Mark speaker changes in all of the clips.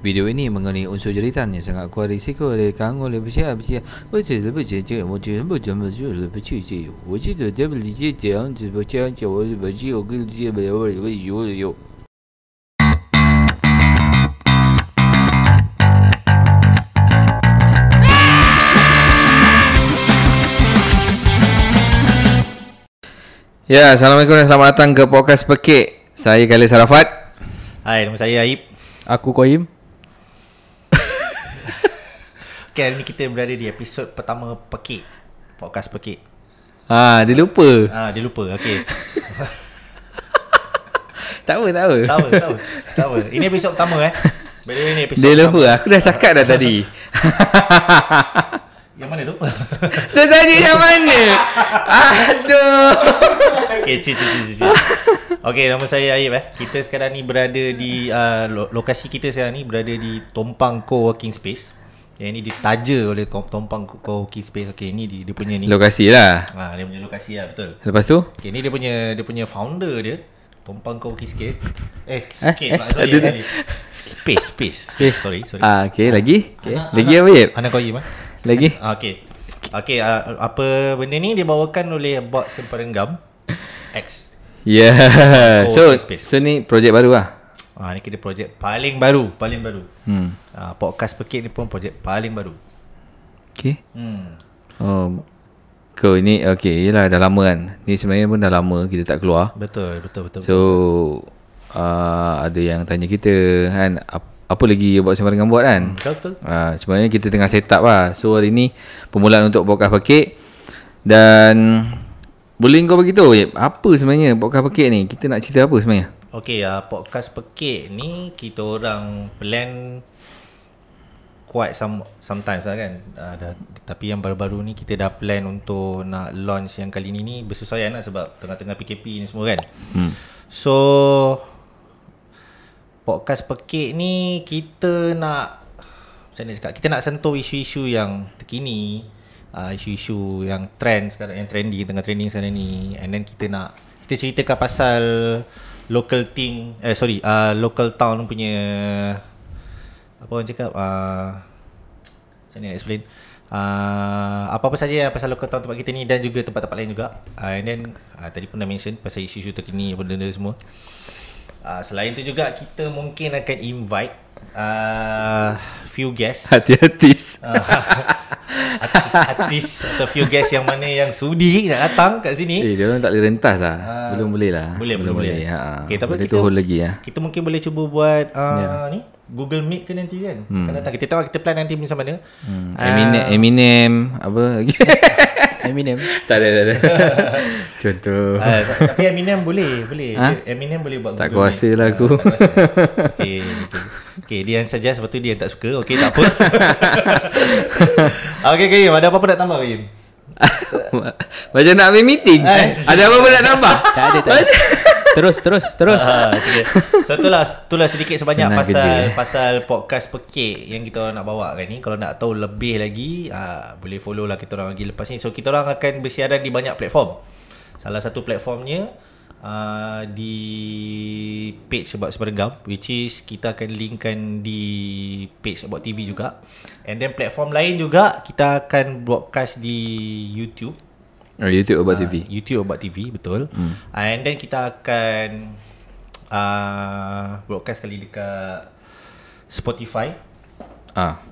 Speaker 1: Video ini mengandungi unsur jeritan yang sangat kuat risiko oleh kamu lebih siap bersiap Wajib lebih jejak Wajib lebih jam bersiap lebih jejak Wajib lebih jejak Jangan bersiap Jangan bersiap Jangan bersiap Jangan bersiap Ya, Assalamualaikum dan selamat datang ke Podcast Pekik Saya Khalil Sarafat
Speaker 2: Hai, nama saya Aib.
Speaker 3: Aku Koim
Speaker 2: Okay, hari ni kita berada di episod pertama Pekik. Podcast Pekik.
Speaker 1: Ah, dia lupa
Speaker 2: Ah, dia lupa. Okay.
Speaker 1: Tak apa, tak apa,
Speaker 2: Tak apa, tak apa. Tak apa. Ini episod pertama eh. By the way, ini episod
Speaker 1: Dia
Speaker 2: pertama.
Speaker 1: lupa, aku dah cakap dah tadi
Speaker 2: Yang mana tu?
Speaker 1: Dia tadi yang mana? Aduh
Speaker 2: okay, cik, cik, cik, cik. Okay, nama saya Aib eh. Kita sekarang ni berada di, uh, lo- lokasi kita sekarang ni berada di Tompang Co-Working Space. Yang ini ditaja oleh Kom- Tompang Co-Working Space. Okay, ni dia, dia punya ni.
Speaker 1: Lokasi lah
Speaker 2: Ah, dia punya lokasi lah, betul.
Speaker 1: Lepas tu
Speaker 2: Okay, ni dia punya dia punya founder dia. Tumpang kau sikit. Eh, sikit pula. Sorry,
Speaker 1: ada-
Speaker 2: sorry. Space, space. Space. Sorry, sorry.
Speaker 1: Ah, okay, lagi? Okay.
Speaker 2: Anak-
Speaker 1: Lagi
Speaker 2: anak-
Speaker 1: apa, Yip?
Speaker 2: Anak kau Yip, eh?
Speaker 1: Lagi?
Speaker 2: Ah, okay. Okay, uh, apa benda ni dibawakan oleh Bot Semperenggam X.
Speaker 1: Ya. Yeah.
Speaker 2: Oh,
Speaker 1: So,
Speaker 2: okay, space.
Speaker 1: so ni projek baru lah.
Speaker 2: Ah, ni kita projek paling baru, paling baru. Hmm. Ah, podcast Pekik ni pun projek paling baru.
Speaker 1: Okay.
Speaker 2: Hmm.
Speaker 1: Oh. Kau ni okay yelah dah lama kan. Ni sebenarnya pun dah lama kita tak keluar.
Speaker 2: Betul, betul, betul.
Speaker 1: So uh, ada yang tanya kita kan ap- apa lagi buat sembarangan buat kan.
Speaker 2: betul, betul.
Speaker 1: Uh, sebenarnya kita tengah set up lah. So hari ni permulaan untuk podcast pakit dan boleh kau bagi tahu Yip, apa sebenarnya podcast pakit ni? Kita nak cerita apa sebenarnya?
Speaker 2: Okay, uh, podcast pekik ni kita orang plan quite some, sometimes lah kan. Uh, dah, tapi yang baru-baru ni kita dah plan untuk nak launch yang kali ni ni bersesuaian lah sebab tengah-tengah PKP ni semua kan. Hmm. So, podcast pekik ni kita nak macam mana cakap, kita nak sentuh isu-isu yang terkini, uh, isu-isu yang trend sekarang, yang trendy, tengah trending sekarang ni and then kita nak kita ceritakan pasal local thing, eh sorry, uh, local town punya apa orang cakap uh, macam ni nak explain Uh, apa-apa saja yang pasal local town tempat kita ni dan juga tempat-tempat lain juga uh, and then uh, tadi pun dah mention pasal isu-isu terkini apa benda semua uh, selain tu juga kita mungkin akan invite uh, few guests
Speaker 1: Hati-hati.
Speaker 2: artis-artis atau few guest yang mana yang sudi nak datang kat sini.
Speaker 1: Eh, dia orang tak boleh rentas lah. belum boleh lah.
Speaker 2: Ah, Boleh,
Speaker 1: belum
Speaker 2: boleh.
Speaker 1: boleh. Ha.
Speaker 2: Okey, tak apa,
Speaker 1: Benda
Speaker 2: kita-
Speaker 1: tu hold lagi lah.
Speaker 2: Kita mungkin boleh cuba buat uh,
Speaker 1: Ya.
Speaker 2: ni Google Meet ke nanti kan. Hmm. Kan datang kita tahu kita plan nanti macam mana. Hmm.
Speaker 3: Ah.
Speaker 1: Eminem, Eminem apa lagi?
Speaker 3: Eminem
Speaker 1: tak ada, tak ada. Contoh.
Speaker 2: Uh, tapi Eminem boleh, boleh. Ha? Eminem boleh buat
Speaker 1: tak
Speaker 2: Google Meet. Ah,
Speaker 1: kuasa lah aku.
Speaker 2: Okay, okay. okay, dia yang suggest Lepas tu dia yang tak suka Okay, tak apa Okay, Karim Ada apa-apa nak tambah, Karim?
Speaker 1: Macam nak ambil meeting.
Speaker 2: Eh,
Speaker 1: ada apa pun nak tambah?
Speaker 3: Ah. Tak ada tak ada Terus terus terus
Speaker 2: Ah, okay. So itulah, itulah sedikit sebanyak
Speaker 1: Senang
Speaker 2: pasal
Speaker 1: kerja, eh.
Speaker 2: pasal podcast pekik yang kita orang nak bawa kan ni. Kalau nak tahu lebih lagi, ah, boleh follow lah kita orang lagi lepas ni. So kita orang akan bersiaran di banyak platform. Salah satu platformnya ah, di page Sebab Sebergam which is kita akan linkkan di page About TV juga. And then platform lain juga kita akan broadcast di YouTube.
Speaker 1: Oh, YouTube about TV.
Speaker 2: YouTube Obat TV betul. Hmm. Uh, and then kita akan uh, broadcast kali dekat Spotify.
Speaker 1: Ah.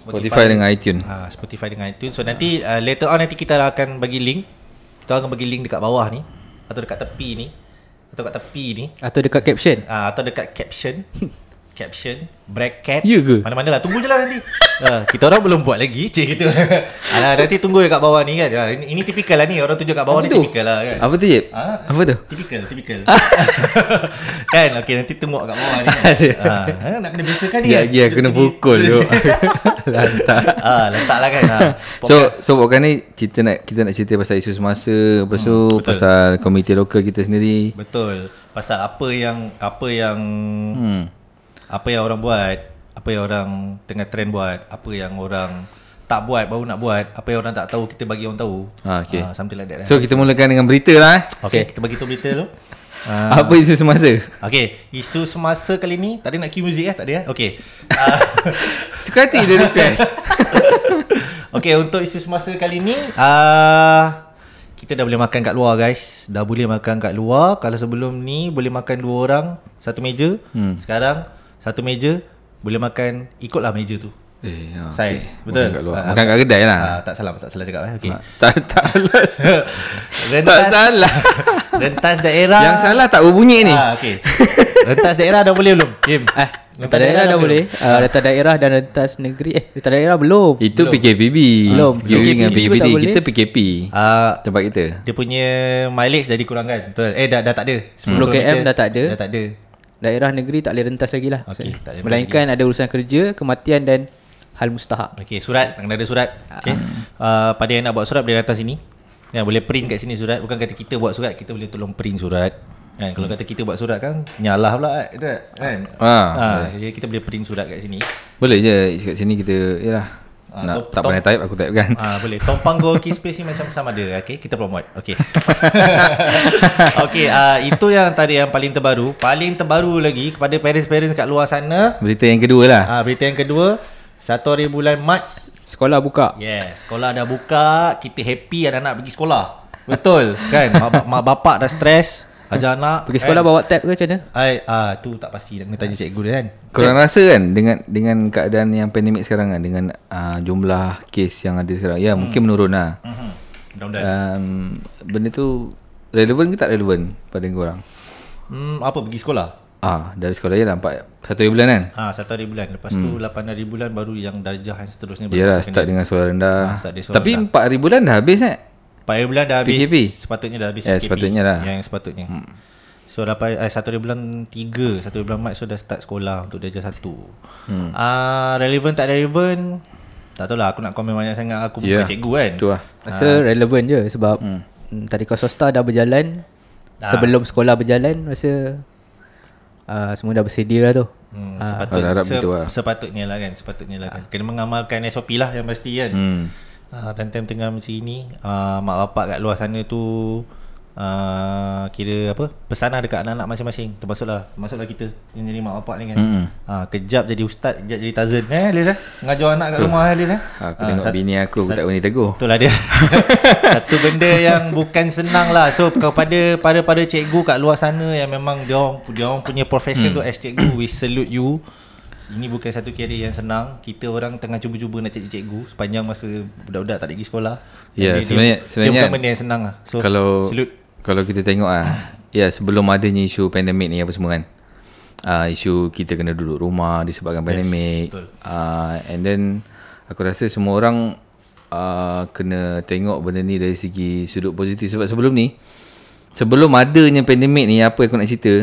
Speaker 1: Spotify dengan iTunes.
Speaker 2: Uh, Spotify dengan iTunes. So nanti uh, later on nanti kita akan bagi link. Kita akan bagi link dekat bawah ni atau dekat tepi ni atau dekat tepi ni
Speaker 3: Atau dekat caption
Speaker 2: uh, atau dekat caption caption bracket
Speaker 1: Ya ke?
Speaker 2: mana-mana lah tunggu je lah nanti uh, kita orang belum buat lagi cik gitu Alah, nanti tunggu dekat bawah ni kan Ah, ini, ini tipikal lah ni orang tunjuk kat bawah
Speaker 1: Apa
Speaker 2: ni
Speaker 1: tu?
Speaker 2: tipikal lah kan
Speaker 1: Apa tu, Jeb?
Speaker 2: Ah.
Speaker 1: Apa tu?
Speaker 2: Typical, typical. kan? Okey, nanti tengok kat bawah ni. Kan? ha, ha, nak kena biasakan ni. kan?
Speaker 1: Ya, ya, kena pukul tu. Lantak.
Speaker 2: ah, letaklah kan. Ha.
Speaker 1: So so bukan ni cerita nak kita nak cerita pasal isu semasa, lepas tu pasal komite lokal kita sendiri.
Speaker 2: Betul. Pasal apa yang apa yang hmm. apa yang orang buat, apa yang orang tengah trend buat, apa yang orang tak buat baru nak buat, apa yang orang tak tahu kita bagi orang tahu.
Speaker 1: Ah, okey.
Speaker 2: something like that. lah.
Speaker 1: So kita mulakan dengan berita lah eh.
Speaker 2: Okey, okay. kita bagi tahu berita tu.
Speaker 1: Ah. Apa isu semasa?
Speaker 2: Okay, isu semasa kali ni Tak ada nak cue music eh? Tak ada eh? Okay uh,
Speaker 1: Suka hati dia request.
Speaker 2: Okay untuk isu semasa kali ni uh, Kita dah boleh makan kat luar guys Dah boleh makan kat luar Kalau sebelum ni boleh makan dua orang Satu meja hmm. Sekarang Satu meja Boleh makan Ikutlah meja tu
Speaker 1: eh, ah,
Speaker 2: Saiz
Speaker 1: okey.
Speaker 2: Betul
Speaker 1: Makan kat, luar.
Speaker 2: Ah,
Speaker 1: Makan kat kedai lah. Ah,
Speaker 2: ah, Tak salah Tak salah cakap eh
Speaker 4: Ah.
Speaker 2: okay.
Speaker 1: Tak tak alas. tak
Speaker 2: rentas,
Speaker 1: salah.
Speaker 2: rentas daerah
Speaker 1: Yang salah tak berbunyi ni.
Speaker 2: ah, okay. Rentas daerah dah boleh belum? Kim
Speaker 4: Eh, rentas daerah dah boleh. Uh, rentas daerah dan rentas negeri. Eh, rentas daerah belum.
Speaker 1: Itu PKPB.
Speaker 4: Belum.
Speaker 1: PKPB dengan
Speaker 4: PKPB pun
Speaker 1: PKPD.
Speaker 4: tak boleh.
Speaker 1: Kita PKP.
Speaker 2: uh,
Speaker 1: Tempat kita.
Speaker 2: Dia punya mileage dah dikurangkan Betul Eh dah, dah tak ada
Speaker 4: 10 km dah tak ada.
Speaker 2: Dah tak ada
Speaker 4: Daerah negeri tak boleh rentas lagi lah.
Speaker 2: Okey, tak boleh rentas
Speaker 4: Melainkan ada urusan kerja, kematian dan hal mustahak.
Speaker 2: Okey, surat. Kena ada surat. Okey. Uh, pada yang nak buat surat boleh datang sini. Ya, boleh print kat sini surat. Bukan kata kita buat surat, kita boleh tolong print surat. Kan, kalau kata kita buat surat kan nyalah pula kan. Betul tak? Kan?
Speaker 1: Ah,
Speaker 2: Ha, jadi kita boleh print surat kat sini.
Speaker 1: Boleh je kat sini kita yalah.
Speaker 2: Ah,
Speaker 1: nak
Speaker 2: top-
Speaker 1: tak pandai type aku type kan.
Speaker 2: Ah boleh. Tompang Go Key Space ni macam sama ada. Okey, kita promote. Okey. Okey, uh, itu yang tadi yang paling terbaru. Paling terbaru lagi kepada parents-parents kat luar sana.
Speaker 1: Berita yang kedua lah.
Speaker 2: Ah berita yang kedua, satu hari bulan Mac
Speaker 4: Sekolah buka.
Speaker 2: Yes, sekolah dah buka, kita happy anak-anak pergi sekolah. Betul kan? Mak, mak bapak dah stres, ajar anak.
Speaker 4: Hmm. Pergi sekolah Ah. bawa tab ke macam mana?
Speaker 2: Ai ah tu tak pasti nak kena tanya cikgu dia kan.
Speaker 1: Korang rasa kan dengan dengan keadaan yang pandemik sekarang kan dengan uh, jumlah kes yang ada sekarang ya mungkin menurun lah.
Speaker 4: Hmm.
Speaker 2: Mhm. Mudah-mudahan.
Speaker 4: Ah.
Speaker 1: Um, benda tu relevan ke tak relevan pada korang?
Speaker 2: Hmm, apa pergi sekolah?
Speaker 1: Ah, dari sekolah je lah empat satu bulan kan.
Speaker 2: Ha, satu hari bulan. Lepas tu
Speaker 4: Hmm.
Speaker 2: lapan hari bulan baru yang darjah yang seterusnya baru
Speaker 1: Yalah
Speaker 2: second.
Speaker 1: start dengan sekolah rendah.
Speaker 2: Ah, start dari sekolah
Speaker 1: Tapi empat hari bulan dah habis kan?
Speaker 2: Empat hari bulan dah habis.
Speaker 1: PKP.
Speaker 2: Sepatutnya dah habis.
Speaker 1: Ya, sepatutnya lah.
Speaker 2: Yang sepatutnya. Hmm. So dapat eh, satu hari bulan tiga, satu hari bulan Mat so dah start sekolah untuk darjah satu. Hmm. Uh, relevan tak relevan? Tak tahulah aku nak komen banyak sangat aku
Speaker 1: Ya.
Speaker 2: yeah. bukan cikgu kan.
Speaker 1: Tu lah.
Speaker 4: Rasa relevan je sebab hmm. tadika swasta dah berjalan.
Speaker 2: Ah.
Speaker 4: Sebelum sekolah berjalan rasa uh, semua dah bersedia lah tu.
Speaker 2: Hmm, sepatut,
Speaker 1: Harap-harap
Speaker 2: se,
Speaker 1: gitu lah.
Speaker 2: sepatutnya lah kan sepatutnya lah kan kena mengamalkan SOP lah yang pasti kan hmm. uh, time tengah macam ini uh, mak bapak kat luar sana tu uh, kira apa pesan lah dekat anak-anak masing-masing termasuklah termasuklah lah kita yang jadi mak bapak ni kan hmm. uh, kejap jadi ustaz kejap jadi tazan eh Liz eh ngajar anak kat rumah eh Liz eh
Speaker 1: Hmm. Aku
Speaker 2: Ah,
Speaker 1: tengok
Speaker 2: sat-
Speaker 1: bini aku aku tak berani tegur.
Speaker 2: Itulah dia Satu benda yang bukan senang lah So kepada para para cikgu kat luar sana Yang memang dia orang, dia orang punya profession hmm. tu As cikgu we salute you Ini bukan satu career yang senang Kita orang tengah cuba-cuba nak jadi cikgu Sepanjang masa budak-budak tak ada pergi sekolah Dan
Speaker 1: Ya,
Speaker 2: dia- dia-
Speaker 1: sebenarnya- sebenarnya
Speaker 2: Dia bukan
Speaker 1: kan,
Speaker 2: benda yang senang lah So
Speaker 1: So, kalau
Speaker 2: salute
Speaker 1: kalau kita tengok ah, ya sebelum adanya isu pandemik ni apa semua kan. Uh, isu kita kena duduk rumah disebabkan pandemik.
Speaker 2: betul.
Speaker 1: Uh, and then aku rasa semua orang uh, kena tengok benda ni dari segi sudut positif sebab sebelum ni sebelum adanya pandemik ni apa yang aku nak cerita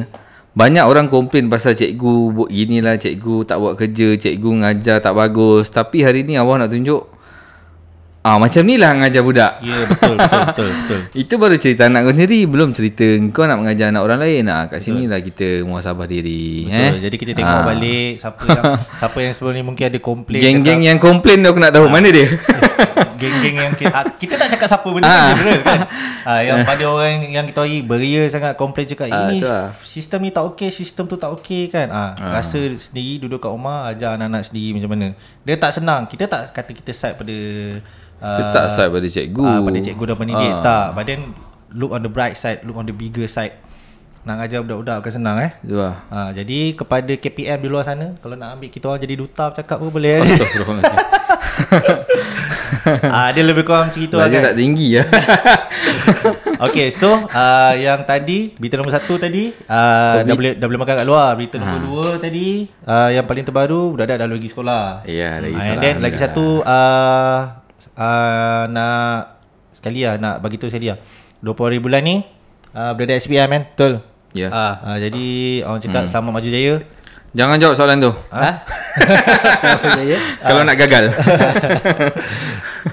Speaker 1: banyak orang komplain pasal cikgu buat gini lah cikgu tak buat kerja cikgu ngajar tak bagus tapi hari ni awak nak tunjuk ah macam ni lah ngajar budak
Speaker 2: Ya yeah, betul, betul betul betul
Speaker 1: itu baru cerita anak kau sendiri Belum cerita kau nak mengajar anak orang lain ah, Kat sini lah kita muhasabah diri
Speaker 2: Betul.
Speaker 1: eh?
Speaker 2: Jadi kita tengok balik siapa yang siapa yang sebelum ni mungkin ada komplain
Speaker 1: Geng-geng yang komplain tu aku nak
Speaker 2: Ah.
Speaker 1: tahu Mana dia?
Speaker 2: Geng-geng yang kita, ah, kita tak cakap siapa benda ah. general kan. Ah, yang pada orang yang kita tahu beria sangat komplain cakap
Speaker 1: Ah,
Speaker 2: ini
Speaker 1: tu lah.
Speaker 2: sistem ni tak okey, sistem tu tak okey kan. Ah, rasa sendiri duduk kat rumah ajar anak-anak sendiri macam mana. Dia tak senang. Kita tak kata kita side pada
Speaker 1: Kita
Speaker 2: ah,
Speaker 1: tak side pada cikgu
Speaker 2: Ah, pada cikgu dan pendidik ah. tak. But then look on the bright side, look on the bigger side. Nak ajar budak-budak bukan senang eh.
Speaker 1: Tu lah
Speaker 2: Ha, jadi kepada KPM di luar sana kalau nak ambil kita orang jadi duta cakap pun
Speaker 1: Oh,
Speaker 2: boleh. eh.
Speaker 1: Astagfirullahaladzim
Speaker 2: ah dia lebih kurang macam itu lah
Speaker 1: Belajar
Speaker 2: kan.
Speaker 1: tak tinggi ya.
Speaker 2: Okay so uh, Yang tadi Berita nombor satu tadi uh, dah, boleh, dah boleh makan kat luar Berita nombor
Speaker 1: Ha.
Speaker 2: dua tadi uh, Yang paling terbaru Budak-budak dah lagi sekolah
Speaker 1: Ya, lagi
Speaker 2: Ah,
Speaker 1: sekolah,
Speaker 2: And then lagi
Speaker 1: alhamdulillah.
Speaker 2: satu uh, uh, Nak Sekali lah Nak bagi tahu sekali lah 20 hari bulan ni uh, Budak-budak SPM kan Betul
Speaker 1: ya.
Speaker 4: Ah.
Speaker 2: uh, Jadi Orang cakap hmm. selamat maju jaya
Speaker 1: Jangan jawab soalan tu
Speaker 4: Ha? Kenapa
Speaker 2: Eh,
Speaker 4: saya?
Speaker 1: Kalau
Speaker 2: ah.
Speaker 1: nak gagal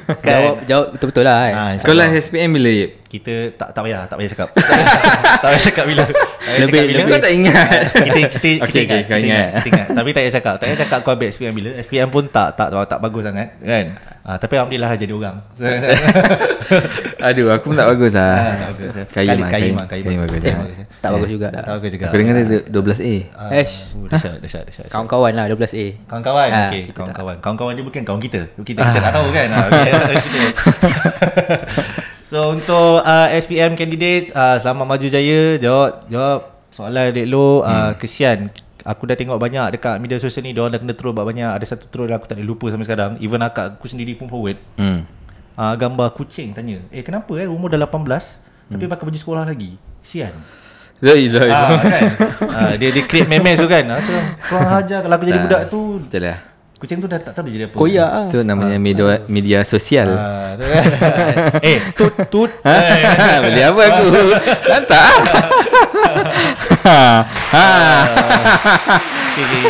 Speaker 2: Kan?
Speaker 4: Jawab jawab betul-betul lah kan.
Speaker 2: Ah, insya-
Speaker 1: Kalau SPM bila Yip?
Speaker 2: Kita tak tak payah Tak payah cakap Tak payah cakap bila Tak payah
Speaker 1: Lebih
Speaker 2: cakap bila.
Speaker 1: Lebih Kau tak ingat
Speaker 2: kita kita
Speaker 1: Okey,
Speaker 2: kita,
Speaker 1: okey,
Speaker 2: ingat,
Speaker 1: kau
Speaker 2: kita
Speaker 1: ingat.
Speaker 2: ingat, kita ingat. Tapi tak payah cakap. Tak payah cakap kau ambil SPM bila. SPM pun tak tak tak bagus sangat kan. Ah, tapi alhamdulillah lah jadi orang.
Speaker 1: Aduh aku pun tak bagus lah
Speaker 2: tak bagus, eh.
Speaker 1: Kaim
Speaker 2: Kaim,
Speaker 1: lah
Speaker 2: Kaim,
Speaker 1: Kaim
Speaker 2: Kaim.
Speaker 1: Kaim bagus
Speaker 2: Eh,
Speaker 1: lah.
Speaker 4: Tak bagus juga lah
Speaker 2: Tahu ke juga.
Speaker 1: Aku dengar dia 12A
Speaker 2: ya. Ah,
Speaker 4: Ash.
Speaker 2: oh, Dahsyat, dahsyat, dahsyat.
Speaker 4: Kawan-kawan lah 12A
Speaker 2: Kawan-kawan
Speaker 4: Ah,
Speaker 2: okay, Kawan-kawan Kawan-kawan dia bukan kawan kita Kita, kita tak tahu kan Ah, okay. So untuk uh, SPM candidates uh, Selamat maju jaya Jawab Jawab Soalan Dek Lo uh, Kesian Aku dah tengok banyak Dekat media sosial ni Diorang dah kena troll buat banyak Ada satu troll yang aku tak boleh lupa sampai sekarang Even akak aku sendiri pun forward
Speaker 1: hmm.
Speaker 2: uh, Gambar kucing tanya Eh kenapa eh umur dah 18 Tapi pakai baju sekolah lagi Sian
Speaker 1: La ilaha illallah.
Speaker 2: Ah, kan? Ah, dia dia create memes tu kan. Ah, so, kurang ajar kalau aku jadi
Speaker 1: Tak.
Speaker 2: budak tu
Speaker 1: Betul lah
Speaker 2: Kucing tu dah tak tahu dia jadi apa.
Speaker 4: Koyak lah
Speaker 1: Itu namanya media, media sosial
Speaker 2: Ah, tu kan. eh, tut tut.
Speaker 1: Ha? Ah, Beli apa aku Lantak ah. Ha.
Speaker 2: Okay, okay,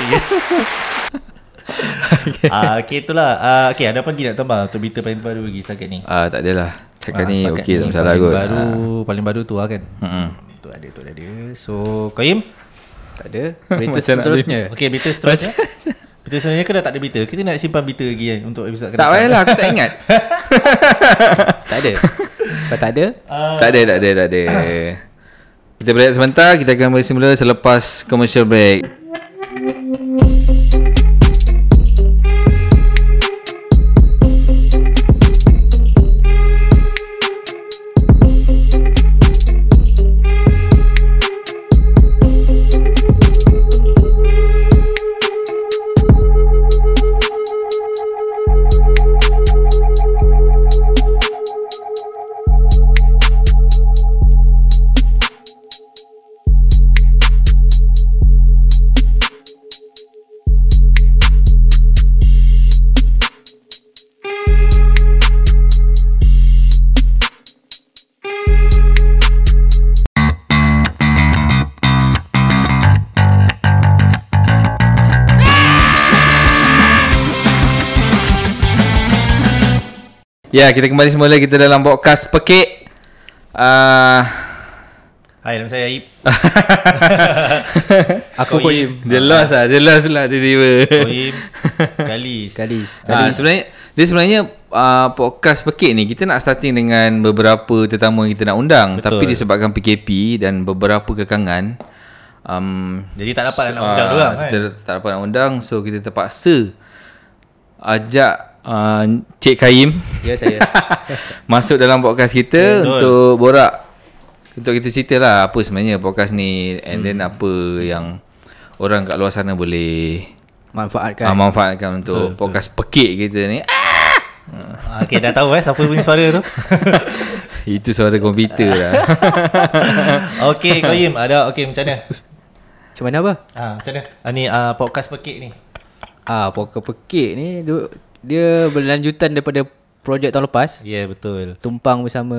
Speaker 2: okay. Ah, okay itulah. Ah, okay, ada apa lagi nak tambah untuk berita paling baru lagi setakat ni?
Speaker 1: Ah,
Speaker 2: Ah,
Speaker 1: Tak adalah Cakap ni
Speaker 2: setakat
Speaker 1: okey
Speaker 2: ni
Speaker 1: tak masalah
Speaker 2: paling
Speaker 1: kot
Speaker 2: Baru,
Speaker 1: Ah.
Speaker 2: paling baru tu lah kan. Hmm. Tu ada, tu ada. So, Qaim,
Speaker 4: Tak ada Berita
Speaker 1: Macam nak
Speaker 4: seterusnya
Speaker 2: okay, berita seterusnya. berita seterusnya ke dah tak ada berita? Kita nak simpan berita lagi kan untuk episod ke
Speaker 1: Tak eh. payahlah aku tak ingat
Speaker 4: Tak ada Kalau tak ada
Speaker 1: Tak ada tak ada tak ada Kita berehat sebentar Kita akan balik semula selepas commercial break Ya kita kembali semula Kita dalam podcast pekik Ah,
Speaker 2: Hai, nama saya Aib.
Speaker 4: Aku
Speaker 2: Kau
Speaker 4: Koyim
Speaker 1: Dia lost lah Dia lost lah tiba-tiba
Speaker 2: Qaim, Galis.
Speaker 4: Galis
Speaker 1: Ah, sebenarnya dia sebenarnya uh, podcast pekik ni kita nak starting dengan beberapa tetamu yang kita nak undang Betul. tapi disebabkan PKP dan beberapa kekangan um,
Speaker 2: Jadi tak dapat nak undang
Speaker 1: ah,
Speaker 2: dorang, kan?
Speaker 1: Kita tak dapat nak undang so kita terpaksa ajak uh, Cik Kaim
Speaker 4: Ya saya
Speaker 1: masuk dalam podcast kita Betul. untuk borak untuk kita cerita lah apa sebenarnya podcast ni and hmm. then apa yang orang kat luar sana boleh
Speaker 2: Kan?
Speaker 4: Manfaatkan
Speaker 1: uh, manfaatkan untuk Betul. podcast pekik kita ni
Speaker 2: Ah, okay, dah tahu eh siapa punya suara tu.
Speaker 1: Itu suara komputer lah
Speaker 2: okay, Qaim, ada okay macam mana?
Speaker 4: Macam mana apa?
Speaker 2: Ah, macam mana? Ah, ni ah, podcast pekik ni.
Speaker 4: Ah, Poker Pekik ni du- Dia berlanjutan daripada Projek tahun lepas
Speaker 2: Ya, yeah, betul.
Speaker 4: Tumpang bersama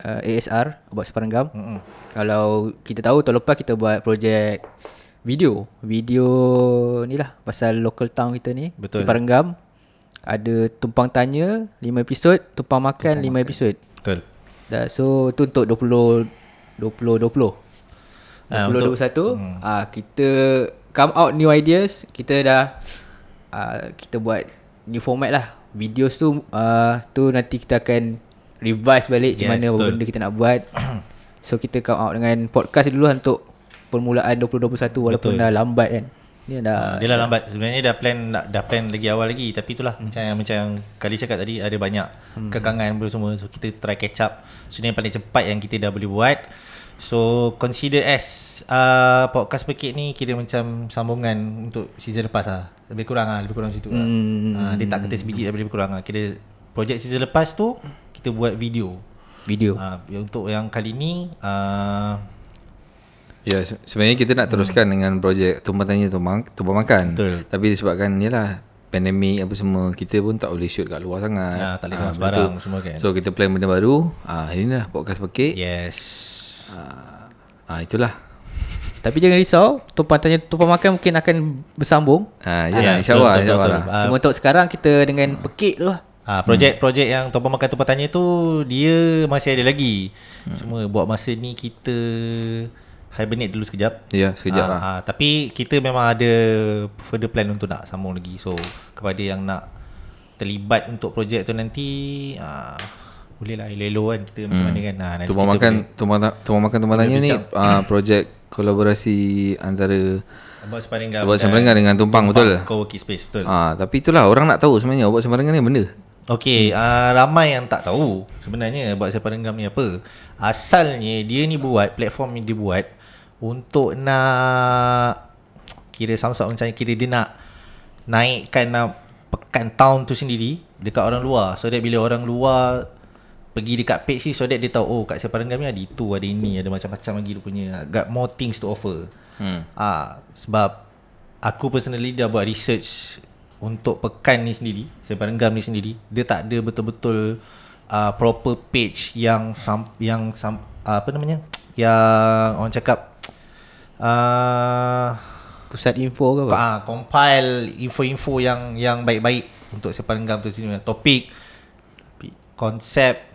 Speaker 4: uh, ASR Obat Separanggam mm-hmm. Kalau kita tahu tahun lepas kita buat projek video Video ni lah Pasal local town kita ni
Speaker 2: Betul.
Speaker 4: Separanggam Ada tumpang tanya 5 episod Tumpang makan 5 episod
Speaker 2: Betul.
Speaker 4: Dah, So tu untuk 20 2020
Speaker 2: Ah,
Speaker 4: 2021 hmm. uh, Kita Come out new ideas Kita dah uh, Kita buat New format lah Videos tu uh, Tu nanti kita akan Revise balik Macam
Speaker 2: Yes,
Speaker 4: mana
Speaker 2: betul.
Speaker 4: benda kita nak buat So kita come out dengan Podcast dulu lah Untuk Permulaan 2021
Speaker 2: Betul.
Speaker 4: Walaupun dah lambat kan
Speaker 2: Ah,
Speaker 4: Ni dah
Speaker 2: Dia lah lambat Sebenarnya dah plan nak- Dah plan lagi awal lagi Tapi itulah
Speaker 1: Hmm.
Speaker 2: Macam yang macam yang Kali cakap tadi Ada banyak Kekangan apa semua So kita try catch up So ni yang paling cepat Yang kita dah boleh buat So consider as uh, Podcast Pekik ni Kira macam Sambungan Untuk season lepas lah Lebih kurang lah Lebih kurang macam tu lah
Speaker 1: Hmm.
Speaker 2: Ah, Dia tak kata sebiji Tapi lebih kurang lah Kira Projek season lepas tu Kita buat video
Speaker 4: Video
Speaker 2: Ah, Untuk yang kali ni uh,
Speaker 1: Ya se- sebenarnya kita nak teruskan dengan projek tumpang tanya tumpang, tumpang makan
Speaker 2: Hmm. Betul.
Speaker 1: Tapi disebabkan ni lah Pandemik apa semua Kita pun tak boleh shoot kat luar sangat
Speaker 2: Ya, tak boleh
Speaker 1: Ah,
Speaker 2: kemas
Speaker 1: benda
Speaker 2: barang
Speaker 1: tu.
Speaker 2: semua kan.
Speaker 1: So kita plan benda baru ah, Ini lah podcast pekik
Speaker 2: Yes
Speaker 1: ah, Itulah
Speaker 4: Tapi jangan risau Tumpang tanya Tumpang makan mungkin akan Bersambung
Speaker 1: ah, Yalah insyaAllah
Speaker 2: Ya, betul, betul,
Speaker 1: InsyaAllah
Speaker 2: betul.
Speaker 1: lah
Speaker 2: Ah,
Speaker 4: Cuma untuk sekarang Kita dengan pekik tu lah
Speaker 2: Ah, projek-projek yang Tuan Makan Tuan Tanya tu dia masih ada lagi. Hmm. Cuma buat masa ni kita hibernate dulu sekejap.
Speaker 1: Ya sekejap lah
Speaker 2: Ah, ah, tapi kita memang ada further plan untuk nak sambung lagi. So kepada yang nak terlibat untuk projek tu nanti uh, boleh lah elok-elok kan kita hmm. macam mana kan. Uh,
Speaker 1: Tumpang makan tumpang, ta- tumpang makan tumpang tanya ni uh, projek kolaborasi antara
Speaker 2: Abang Separingga.
Speaker 1: Abang Sembarangan dengan Tumpang betul?
Speaker 2: Coworking space betul.
Speaker 1: Ah, tapi itulah orang nak tahu sebenarnya Abang Sembarangan ni benda.
Speaker 2: Okey, uh, ramai yang tak tahu sebenarnya buat siapa renggam ni apa. Asalnya dia ni buat platform yang dia buat untuk nak kira samsat macam kira dia nak naikkan uh, pekan town tu sendiri dekat orang luar. So that bila orang luar pergi dekat page ni so that dia tahu oh kat siapa renggam ni ada itu, ada ini, ada macam-macam lagi dia punya. Got more things to offer. Hmm. Ah, sebab aku personally dah buat research untuk pekan ni sendiri, Sebar Renggam ni sendiri, dia tak ada betul-betul uh, proper page yang sam, yang sam, uh, apa namanya? yang orang cakap uh,
Speaker 4: Pusat info ke apa?
Speaker 2: ah, compile info-info yang yang baik-baik untuk Sebar Renggam tu sendiri, topik, konsep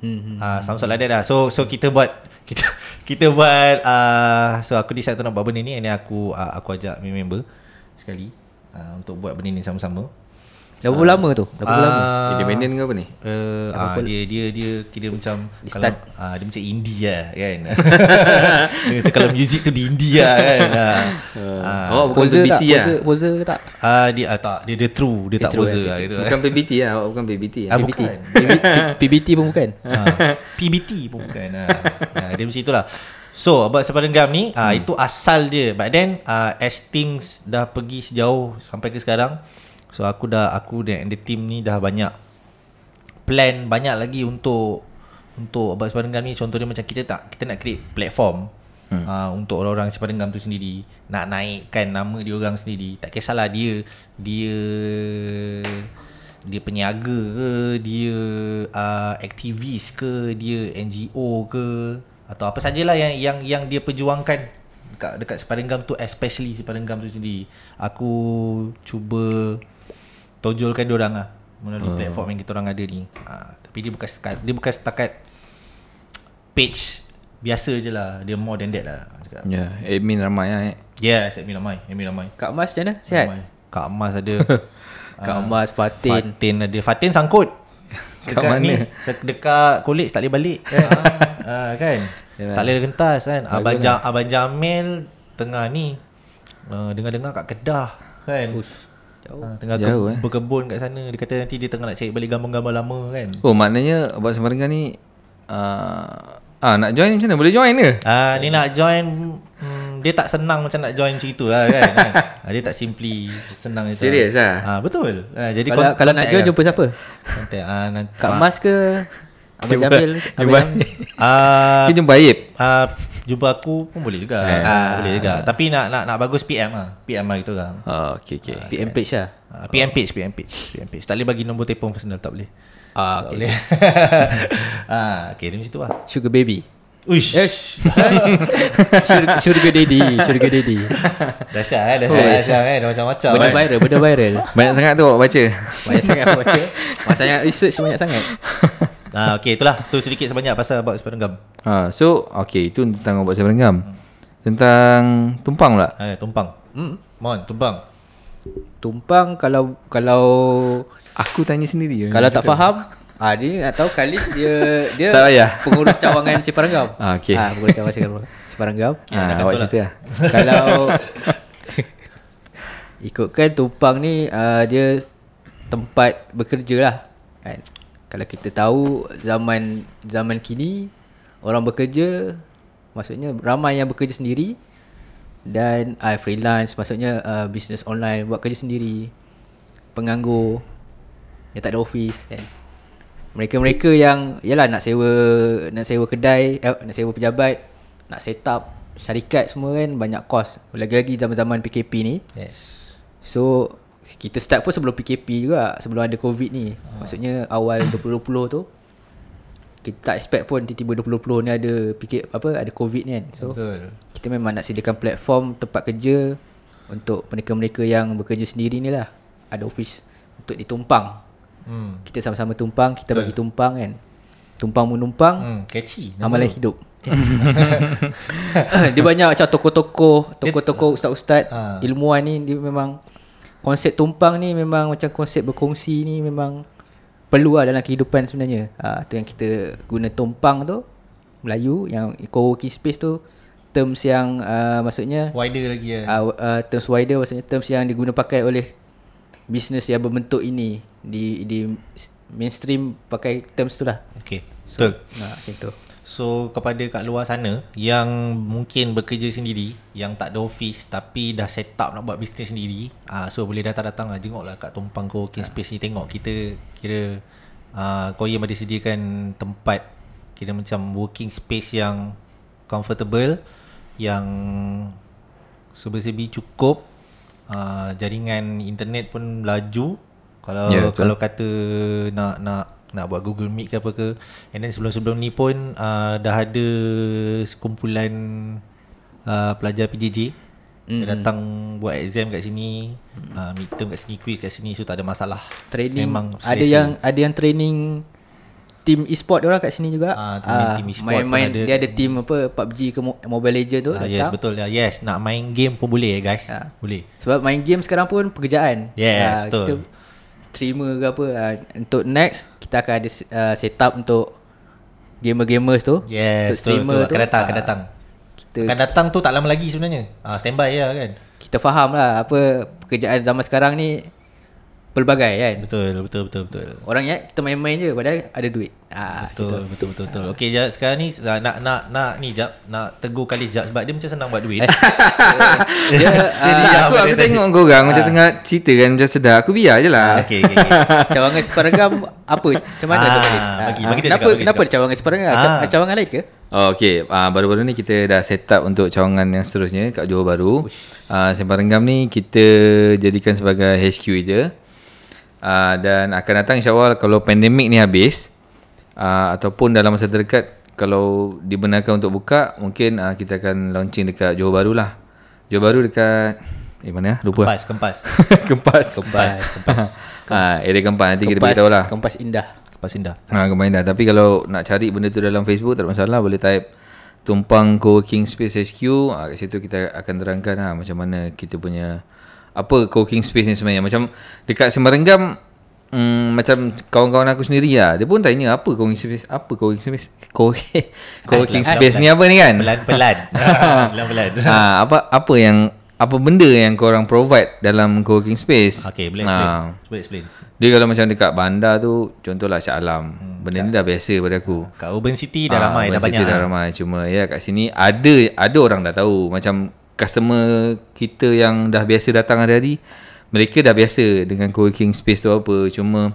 Speaker 2: Hmm, uh, Samsung like that lah So so kita buat Kita kita buat uh, So aku decide tu nak buat benda ni And then aku uh, Aku ajak member Sekali uh, Untuk buat benda ni sama-sama
Speaker 4: Dah berapa lama tu? Dah berapa lama?
Speaker 1: Uh, Independent ke apa ni?
Speaker 2: Uh, ah, dia dia dia kira macam
Speaker 4: Dia
Speaker 2: kalau ah, dia macam India kan. dia macam kalau music tu di India kan. Ah. Ah,
Speaker 1: Awak bukan
Speaker 4: Oh, Poser tak?
Speaker 1: PBT lah.
Speaker 4: Poser, poser ke tak?
Speaker 2: ah, dia ah, tak dia dia true, dia, tak poser lah gitu.
Speaker 1: Bukan PBT lah. Awak bukan PBT lah.
Speaker 2: Ah,
Speaker 4: PBT.
Speaker 2: bukan.
Speaker 4: PBT. PBT pun bukan.
Speaker 2: Ah, PBT pun bukan. Ah. Ah, dia macam itulah. So, abang Sepan Renggam ni, ah, itu asal dia. But then, ah, as things dah pergi sejauh sampai ke sekarang, so aku dah, aku dan the team ni dah banyak plan banyak lagi untuk untuk abang Sepan Renggam ni. Contohnya macam kita tak, kita nak create platform. Hmm. Uh, untuk orang-orang Sepan Renggam tu sendiri Nak naikkan nama dia orang sendiri Tak kisahlah dia Dia dia peniaga ke dia uh, aktivis ke dia NGO ke atau apa sajalah yang yang yang dia perjuangkan dekat dekat Separenggam tu especially Separenggam tu sendiri aku cuba tojolkan dia orang lah melalui uh. platform yang kita orang ada ni uh, tapi dia bukan sekat, dia bukan setakat page biasa je lah dia more than that lah cakap.
Speaker 1: Ya, admin ramai lah eh.
Speaker 2: yes Admin Ramai Admin Ramai
Speaker 4: Kak Mas macam mana? Sihat?
Speaker 2: Ramai. Kak Mas ada
Speaker 4: Kak Mas, Ah. Fatin.
Speaker 2: Fatin ada Fatin sangkut
Speaker 1: Kat
Speaker 2: Dekat
Speaker 1: mana?
Speaker 2: ni de- Dekat college tak boleh balik
Speaker 4: Ya.
Speaker 2: kan, Ah, ah, kan? Tak boleh kentas kan Abang,
Speaker 4: lah.
Speaker 2: ja, Abang Jamil Tengah ni uh, Dengar-dengar kat Kedah Kan Ush. Ha, tengah
Speaker 1: Jauh,
Speaker 2: Jauh, ke,
Speaker 1: eh.
Speaker 2: eh. berkebun kat sana Dia kata nanti dia tengah nak cari balik gambar-gambar lama kan
Speaker 1: Oh, maknanya Abang Sembarangan ni uh, ah nak join macam mana? Boleh join ke?
Speaker 2: Ah, Dia nak join hmm, Dia tak senang macam nak join macam itu lah kan, kan? Ah, Dia tak simply senang macam-
Speaker 1: Serius lah?
Speaker 2: Ah, Betul ah, Jadi
Speaker 4: Kalau,
Speaker 2: kon-
Speaker 4: kalau nak
Speaker 2: contact
Speaker 4: join
Speaker 2: lah.
Speaker 4: jumpa siapa?
Speaker 2: Contact, ah, nanti,
Speaker 4: Kak Mas ke? Abang
Speaker 1: Jumpa-
Speaker 4: Jamil? Abang
Speaker 1: jumpa-
Speaker 4: Jamil?
Speaker 2: Ah,
Speaker 1: Kita jumpa Aib.
Speaker 2: Uh, jumpa aku pun boleh juga.
Speaker 4: Eh.
Speaker 2: Uh, boleh juga.
Speaker 4: Ah.
Speaker 2: Tapi nak nak nak bagus PM lah. PM lah kita orang.
Speaker 1: Ah, okay, okay.
Speaker 4: PM page lah.
Speaker 2: Uh, PM page, PM page, PM page. Tak boleh bagi nombor telefon personal tak boleh. Tak
Speaker 4: Ah, okay.
Speaker 2: boleh. ah, okay, dia macam tu lah.
Speaker 4: Sugar Baby.
Speaker 2: Uish. Yes.
Speaker 4: Sugar, sugar Daddy. Sugar Daddy.
Speaker 2: Dahsyat eh, dahsyat,
Speaker 4: Oh,
Speaker 2: dahsyat eh. Dah macam-macam.
Speaker 4: Benda
Speaker 2: eh.
Speaker 4: viral, benda viral.
Speaker 1: Banyak sangat tu awak baca.
Speaker 4: Banyak sangat aku baca. Banyak sangat research banyak sangat.
Speaker 2: Ah, okay, itulah. Tu sedikit sebanyak pasal about separenggam.
Speaker 1: Ha, so, okay. Itu tentang Abang Sembarangan. Tentang tumpang pula.
Speaker 2: Ah, tumpang. Hmm. Mon, tumpang.
Speaker 4: Tumpang kalau kalau
Speaker 1: Aku tanya sendiri.
Speaker 4: kalau tak faham, ah dia ni nak tahu Khalid dia dia
Speaker 1: Tak payah.
Speaker 4: pengurus cawangan Separanggam.
Speaker 1: Ah, okey.
Speaker 4: Ah, pengurus cawangan Separanggam- Separanggam.
Speaker 1: Ha, awak cerita lah.
Speaker 4: kalau ikutkan tumpang ni uh, dia tempat bekerja lah kan kalau kita tahu zaman zaman kini orang bekerja maksudnya ramai yang bekerja sendiri dan uh, freelance maksudnya uh, business online buat kerja sendiri penganggur yang tak ada office kan mereka-mereka yang yalah nak sewa nak sewa kedai eh, nak sewa pejabat nak set up syarikat semua kan banyak kos lagi-lagi zaman-zaman PKP ni
Speaker 2: Yes.
Speaker 4: so kita start pun sebelum PKP juga sebelum ada COVID ni maksudnya awal 2020 tu kita tak expect pun tiba-tiba 2020 ni ada PK, apa ada COVID ni kan so
Speaker 2: Betul.
Speaker 4: kita memang nak sediakan platform tempat kerja untuk mereka-mereka yang bekerja sendiri ni lah ada office untuk ditumpang
Speaker 2: Hmm.
Speaker 4: kita sama-sama tumpang kita bagi tumpang kan tumpang menumpang
Speaker 2: Hmm, catchy.
Speaker 4: hmm. amalan hidup dia banyak macam tokoh-tokoh tokoh-tokoh ustaz-ustaz
Speaker 2: Ah.
Speaker 4: ilmuwan ni dia memang konsep tumpang ni memang macam konsep berkongsi ni memang perlu lah dalam kehidupan sebenarnya. Ah ha, tu yang kita guna tumpang tu Melayu yang co-working space tu terms yang uh, maksudnya
Speaker 2: Wider lagi ya.
Speaker 4: uh, uh, terms wider maksudnya terms yang diguna pakai oleh bisnes yang berbentuk ini di di mainstream pakai terms tu lah.
Speaker 2: Okay. Betul.
Speaker 4: Nah, macam tu.
Speaker 2: So kepada kat luar sana yang mungkin bekerja sendiri, yang tak ada office tapi dah set up nak buat bisnes sendiri, ah so boleh datang-datang lah jengoklah kat Tumpang Coworking Space ni tengok kita kira ah Koyem ada sediakan tempat kira macam working space yang comfortable yang sebesebi cukup ah jaringan internet pun laju kalau
Speaker 1: Ya,
Speaker 2: yeah,
Speaker 1: betul.
Speaker 2: kalau kata nak nak nak buat Google Meet ke apa ke and then sebelum-sebelum ni pun uh, dah ada sekumpulan uh, pelajar PJJ mm-hmm. datang buat exam kat sini mm-hmm. uh, midterm kat sini quiz kat sini so tak ada masalah
Speaker 4: Training
Speaker 2: memang
Speaker 4: ada
Speaker 2: selesa.
Speaker 4: yang ada yang training team e-sport orang kat sini juga.
Speaker 2: Ah, training
Speaker 4: Ah,
Speaker 2: team e-sport pun
Speaker 4: main-main
Speaker 2: ada.
Speaker 4: dia ada team apa PUBG ke Mo- Mobile Legend tu.
Speaker 2: Ah,
Speaker 4: datang.
Speaker 2: yes betul ya yes nak main game pun boleh eh, guys
Speaker 4: Ah.
Speaker 2: boleh
Speaker 4: Sebab main game sekarang pun pekerjaan.
Speaker 2: Yes,
Speaker 4: Ah,
Speaker 2: betul.
Speaker 4: Kita streamer ke apa. ah, untuk next, kita akan ada uh, set up untuk gamer-gamers tu.
Speaker 2: yes
Speaker 4: untuk
Speaker 2: betul,
Speaker 4: streamer
Speaker 2: betul. akan datang akan
Speaker 4: ah,
Speaker 2: datang
Speaker 4: Kita,
Speaker 2: akan datang tu tak lama lagi sebenarnya ah standby ya kan
Speaker 4: kita faham lah apa pekerjaan zaman sekarang ni pelbagai kan.
Speaker 2: betul betul betul betul
Speaker 4: Orang ya kita main-main je padahal ada duit. Ah,
Speaker 2: Betul, betul, betul, betul. Okey, jap sekarang ni ah, nak nak nak ni jap nak tegur kali jap sebab dia macam senang buat duit.
Speaker 4: Dia,
Speaker 1: Jadi
Speaker 4: ah,
Speaker 1: aku aku tengok kau orang macam tengah cerita kan macam sedap. Aku biar je lah.
Speaker 2: Ah, Okey, okey. okey.
Speaker 4: cawangan separagam apa? Macam mana
Speaker 2: Ah,
Speaker 4: tu Khalid?
Speaker 2: bagi- bagi dia
Speaker 4: kenapa
Speaker 2: cakap, bagi
Speaker 4: kenapa
Speaker 2: dia cakap.
Speaker 4: cawangan separagam?
Speaker 2: Ah.
Speaker 4: Ah. Cawangan lain ke?
Speaker 1: Oh, okay, uh, baru-baru ni kita dah set up untuk cawangan yang seterusnya kat Johor Bahru. Uh, Sembang Renggam ni kita jadikan sebagai HQ dia. Uh, dan akan datang insyaAllah kalau pandemik ni habis uh, ataupun dalam masa terdekat kalau dibenarkan untuk buka mungkin uh, kita akan launching dekat Johor Bahru lah. Johor Bahru dekat eh mana? Lupa.
Speaker 2: Kempas, kempas.
Speaker 1: Kempas.
Speaker 2: Kempas, kempas.
Speaker 1: Ah, area Kempas nanti kita beritahu lah.
Speaker 4: Kempas indah.
Speaker 2: Kempas indah.
Speaker 1: Ha, kemarin dah. Tapi kalau nak cari benda tu dalam Facebook tak ada masalah. Boleh type Tumpang Coworking Space HQ. Ha, kat situ kita akan terangkan ha, macam mana kita punya apa coworking space ni sebenarnya. Macam dekat Semerenggam mm, macam kawan-kawan aku sendiri lah. Dia pun tanya apa coworking space? Apa coworking space? Co- coworking space ni apa ni kan?
Speaker 2: Pelan-pelan. Pelan-pelan.
Speaker 1: ha, apa apa yang apa benda yang korang provide dalam coworking space?
Speaker 2: Okey, boleh
Speaker 1: Ah.
Speaker 2: explain. Boleh explain.
Speaker 1: Dia kalau macam dekat bandar tu Contohlah Shah Alam hmm, Benda ni dah biasa pada aku
Speaker 2: Kat Urban City dah
Speaker 1: Ah,
Speaker 2: ramai, dah
Speaker 1: Urban City
Speaker 2: banyak. lah.
Speaker 1: Dah ramai Cuma ya kat sini Ada ada orang dah tahu Macam customer kita yang dah biasa datang hari-hari Mereka dah biasa dengan co-working space tu apa Cuma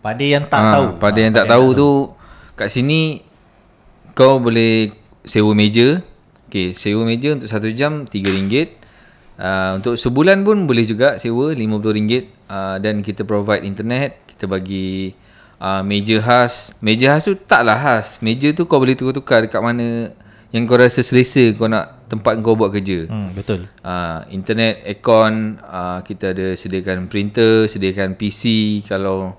Speaker 2: Pada yang tak
Speaker 1: ah,
Speaker 2: tahu.
Speaker 1: Pada yang tak tahu tu Kat sini Kau boleh sewa meja Okay, sewa meja untuk satu jam RM3 uh, Untuk sebulan pun boleh juga sewa RM50 uh, Dan kita provide internet Kita bagi uh, meja khas Meja khas tu taklah khas Meja tu kau boleh tukar-tukar dekat mana Yang kau rasa selesa kau nak tempat kau buat kerja
Speaker 2: Hmm, betul.
Speaker 1: uh, internet, aircon, uh, kita ada sediakan printer, sediakan PC kalau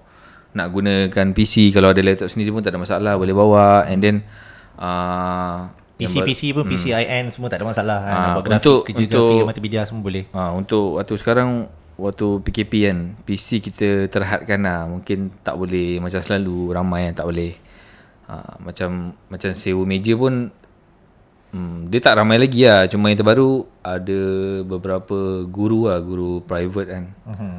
Speaker 1: nak gunakan PC kalau ada laptop sendiri pun tak ada masalah boleh bawa and then uh, yang ba-
Speaker 2: PC-PC pun PCIN semua tak ada masalah. Ha,
Speaker 1: Ah,
Speaker 2: nak buat grafik,
Speaker 1: untuk-
Speaker 2: kerja
Speaker 1: untuk-
Speaker 2: grafik, multimedia semua boleh.
Speaker 1: uh, untuk waktu sekarang waktu PKP kan PC kita terhadkan lah mungkin tak boleh macam selalu ramai yang tak boleh uh, macam macam sewa meja pun Hmm, dia tak ramai lagi lah Cuma yang terbaru Ada beberapa guru lah Guru private kan
Speaker 2: Mhm.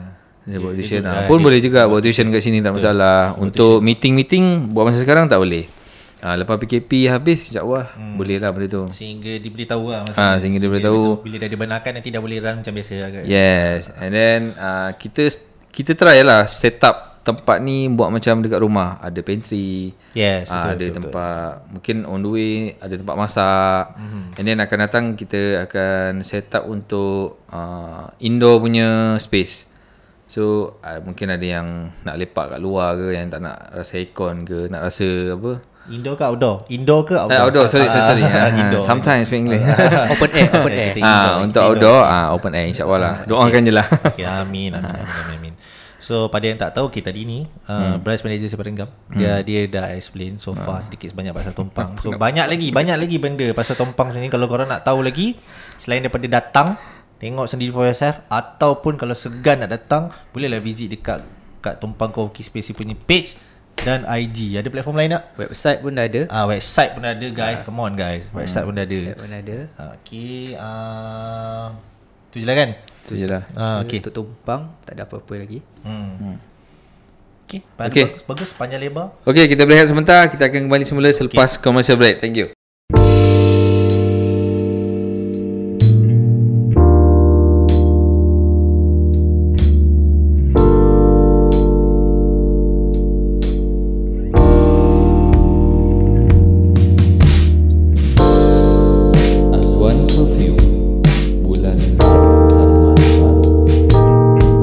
Speaker 1: Dia buat tuition lah. Pun boleh juga buat tuition kat sini tak masalah. Untuk meeting-meeting buat masa sekarang tak boleh. Ha, lepas PKP habis insyaAllah hmm. boleh lah benda tu.
Speaker 2: Sehingga dia boleh tahu lah maksudnya.
Speaker 1: Ah, sehingga dia boleh tahu.
Speaker 2: Bila dah dibenarkan nanti dah boleh run macam biasa lah kan.
Speaker 1: Yes. And then uh, kita kita try lah set up tempat ni buat macam dekat rumah. Ada pantry.
Speaker 2: Yes,
Speaker 1: Ah, ada tempat mungkin on the way ada tempat masak
Speaker 2: Mhm.
Speaker 1: mm-hmm. and then akan datang kita akan set up untuk uh, indoor punya space so uh, mungkin ada yang nak lepak kat luar ke yang tak nak rasa aircon ke nak rasa apa
Speaker 2: Indoor ke outdoor? Indoor ke outdoor?
Speaker 1: outdoor, eh, outdoor sorry sorry, sorry. Ah,
Speaker 2: Ah, indoor.
Speaker 1: sometimes speak English
Speaker 4: Open air, open air.
Speaker 2: Kita
Speaker 1: ah
Speaker 2: indoor,
Speaker 1: untuk
Speaker 2: kita
Speaker 1: outdoor ah open air insyaallah lah doakan je lah
Speaker 2: Okay, amin, amin, amin, amin, amin. So pada yang tak tahu okay, tadi ni uh, hmm. Bryce Manager Seperenggam hmm. dia dia dah explain
Speaker 1: Ah.
Speaker 2: so far sedikit sebanyak pasal tumpang. So banyak lagi banyak lagi benda pasal tumpang sebenarnya kalau korang nak tahu lagi selain daripada datang Tengok sendiri for yourself Ataupun kalau segan nak datang Bolehlah visit dekat Kat Tumpang Coffee Space dia punya page Dan IG Ada platform lain tak?
Speaker 4: Website pun dah ada.
Speaker 2: Ah, website pun ada guys Come on guys Website pun dah ada
Speaker 4: Website pun ada.
Speaker 2: Ah, Okay uh, Tu je lah kan?
Speaker 1: Itu je lah
Speaker 2: Ah, okay
Speaker 4: Untuk tumpang tak ada apa-apa lagi.
Speaker 2: Hmm. Okay,
Speaker 1: Okay.
Speaker 2: okay. Bagus, bagus panjang lebar.
Speaker 1: Okay kita berehat sebentar Kita akan kembali semula selepas commercial break Thank you
Speaker 5: Aswan Perfume Bulan Baru Arman Baru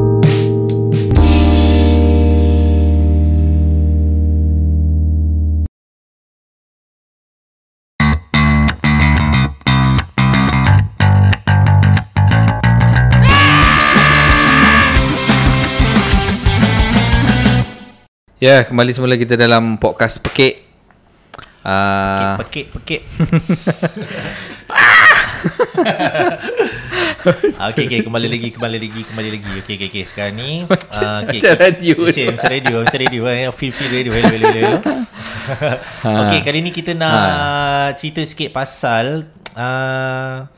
Speaker 1: Ya kembali semula kita dalam podcast Pekik
Speaker 2: Uh.
Speaker 1: uh,
Speaker 2: Pekik, pekik. Ah, okay, okay, kembali lagi, kembali lagi, kembali lagi. Okay, okay, okay. Sekarang ni ah, okay,
Speaker 1: macam radio
Speaker 2: Macam, macam radio, macam radio. Eh. Feel feel radio. Hello, hello, hello.
Speaker 1: Ha.
Speaker 2: okay, kali ni kita nak cerita sikit pasal uh,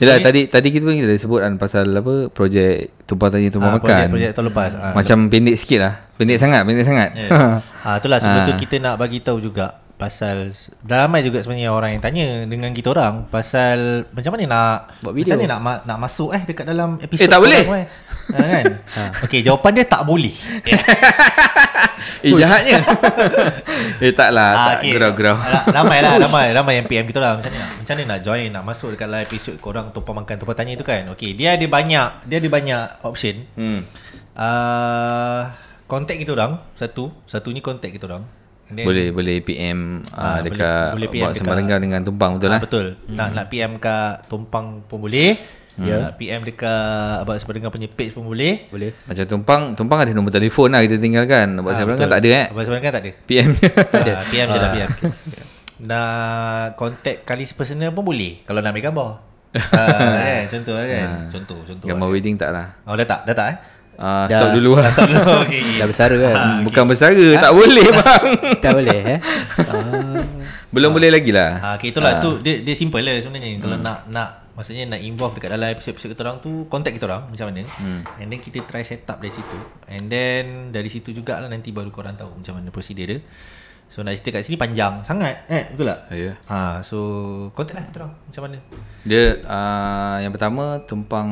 Speaker 1: Yelah tadi tadi kita pun kita dah sebut kan pasal apa projek tumpah tanya tumpah makan.
Speaker 2: Ah, projek, projek tahun lepas. Ah,
Speaker 1: Macam pendek sikit lah Pendek sangat Pendek sangat
Speaker 2: Yeah. ha, itulah sebelum tu kita nak bagi tahu juga pasal ramai juga sebenarnya orang yang tanya dengan kita orang pasal macam mana nak
Speaker 4: Buat video.
Speaker 2: macam mana nak ma- nak masuk eh dekat dalam
Speaker 1: Eh,
Speaker 2: episod
Speaker 1: tak
Speaker 2: tu
Speaker 1: boleh.
Speaker 2: orang, eh. ha, kan ha. okey jawapan dia tak boleh
Speaker 1: Eh jahatnya Eh tak lah
Speaker 2: Ah,
Speaker 1: tak, Gurau-gurau
Speaker 2: Alah, ramai lah ramai ramai yang PM kita lah macam mana nak- macam mana nak join nak masuk dekat live episod korang tumpang makan tumpang tanya tu kan okey dia ada banyak dia ada banyak option hmm uh, contact kita orang satu satu ni contact kita orang And then-
Speaker 1: Boleh boleh PM ah,
Speaker 2: Ah, boleh-
Speaker 1: Dekat
Speaker 2: boleh
Speaker 1: boleh,
Speaker 2: PM
Speaker 1: Bawa
Speaker 2: dekat-
Speaker 1: sembang renggang dengan tumpang Betul lah
Speaker 2: Ah, betul. Hmm. Nak nak PM kat Tumpang pun boleh. Yeah. Nak PM dekat abang sebab dengar punya page pun boleh.
Speaker 4: Boleh.
Speaker 1: Macam tumpang Tumpang ada nombor telefon lah Kita tinggalkan
Speaker 2: Ah,
Speaker 1: Bawa sembang renggang tak ada eh
Speaker 2: Abang sebab dengar tak ada.
Speaker 1: PM
Speaker 2: Tak ada. PM je lah PM. nak contact kali personal pun boleh kalau nak ambil gambar. Ah, kan? Contoh lah kan. Contoh, contoh.
Speaker 1: Gambar wedding tak lah
Speaker 2: Oh dah tak, dah tak eh?
Speaker 1: Ah, Stop dulu lah
Speaker 2: okay.
Speaker 4: Dah bersara kan.
Speaker 1: Hmm, Bukan bersara Tak boleh bang
Speaker 4: Kita boleh eh.
Speaker 1: Belum boleh lagi lah
Speaker 2: Ha, okay, itulah tu dia dia simple lah sebenarnya. Hmm. Kalau nak nak maksudnya nak involve dekat dalam episod-episod kita orang tu contact kita orang macam mana. Hmm. And then kita try set up dari situ. And then dari situ jugalah nanti baru korang tahu macam mana prosedur dia. So nak cerita kat sini panjang sangat eh betul tak?
Speaker 1: Ya.
Speaker 2: Ha, so contact lah kita orang macam mana.
Speaker 1: Dia ah, Yang pertama Tumpang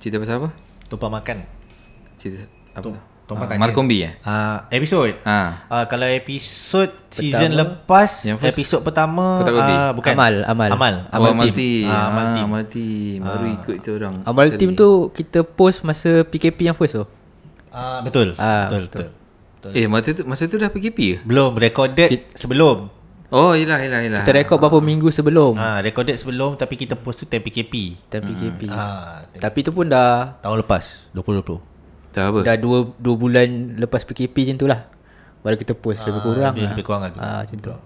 Speaker 1: Cerita pasal apa?
Speaker 2: Tumpang makan.
Speaker 1: Cerita apa?
Speaker 2: tumpang
Speaker 1: Ah,
Speaker 2: tanya.
Speaker 1: Markombi eh?
Speaker 2: Ha, episod.
Speaker 1: Ha.
Speaker 2: Uh, kalau episod season lepas
Speaker 1: Yang first-
Speaker 2: episod pertama
Speaker 1: Kotak babi?
Speaker 2: ah, bukan
Speaker 4: Amal, amal.
Speaker 2: amal
Speaker 1: Amal Malti. Ah,
Speaker 2: Ah, amal team. Ah.
Speaker 1: Amal Team. Baru ikut tu orang.
Speaker 4: Amal team tu kita post masa PKP yang first tu.
Speaker 2: Ah, betul.
Speaker 4: Ah,
Speaker 2: betul betul
Speaker 1: Eh, masa tu, masa tu dah PKP ke?
Speaker 2: Belum recorded sebelum.
Speaker 1: Oh, yelah, yelah, yelah.
Speaker 4: Kita rekod berapa minggu sebelum
Speaker 2: Ah, ha, recorded sebelum tapi kita post tu time PKP.
Speaker 4: dan PKP.
Speaker 2: Ah, ha,
Speaker 4: Tapi tu pun dah
Speaker 2: tahun lepas 2020.
Speaker 1: Dah apa?
Speaker 4: dah 2 2 bulan lepas PKP macam tu lah. Baru
Speaker 2: Ah,
Speaker 4: kita post lebih kurang.
Speaker 2: Lebih, lebih kurang lebih.
Speaker 4: Ah macam tu.
Speaker 1: Ya.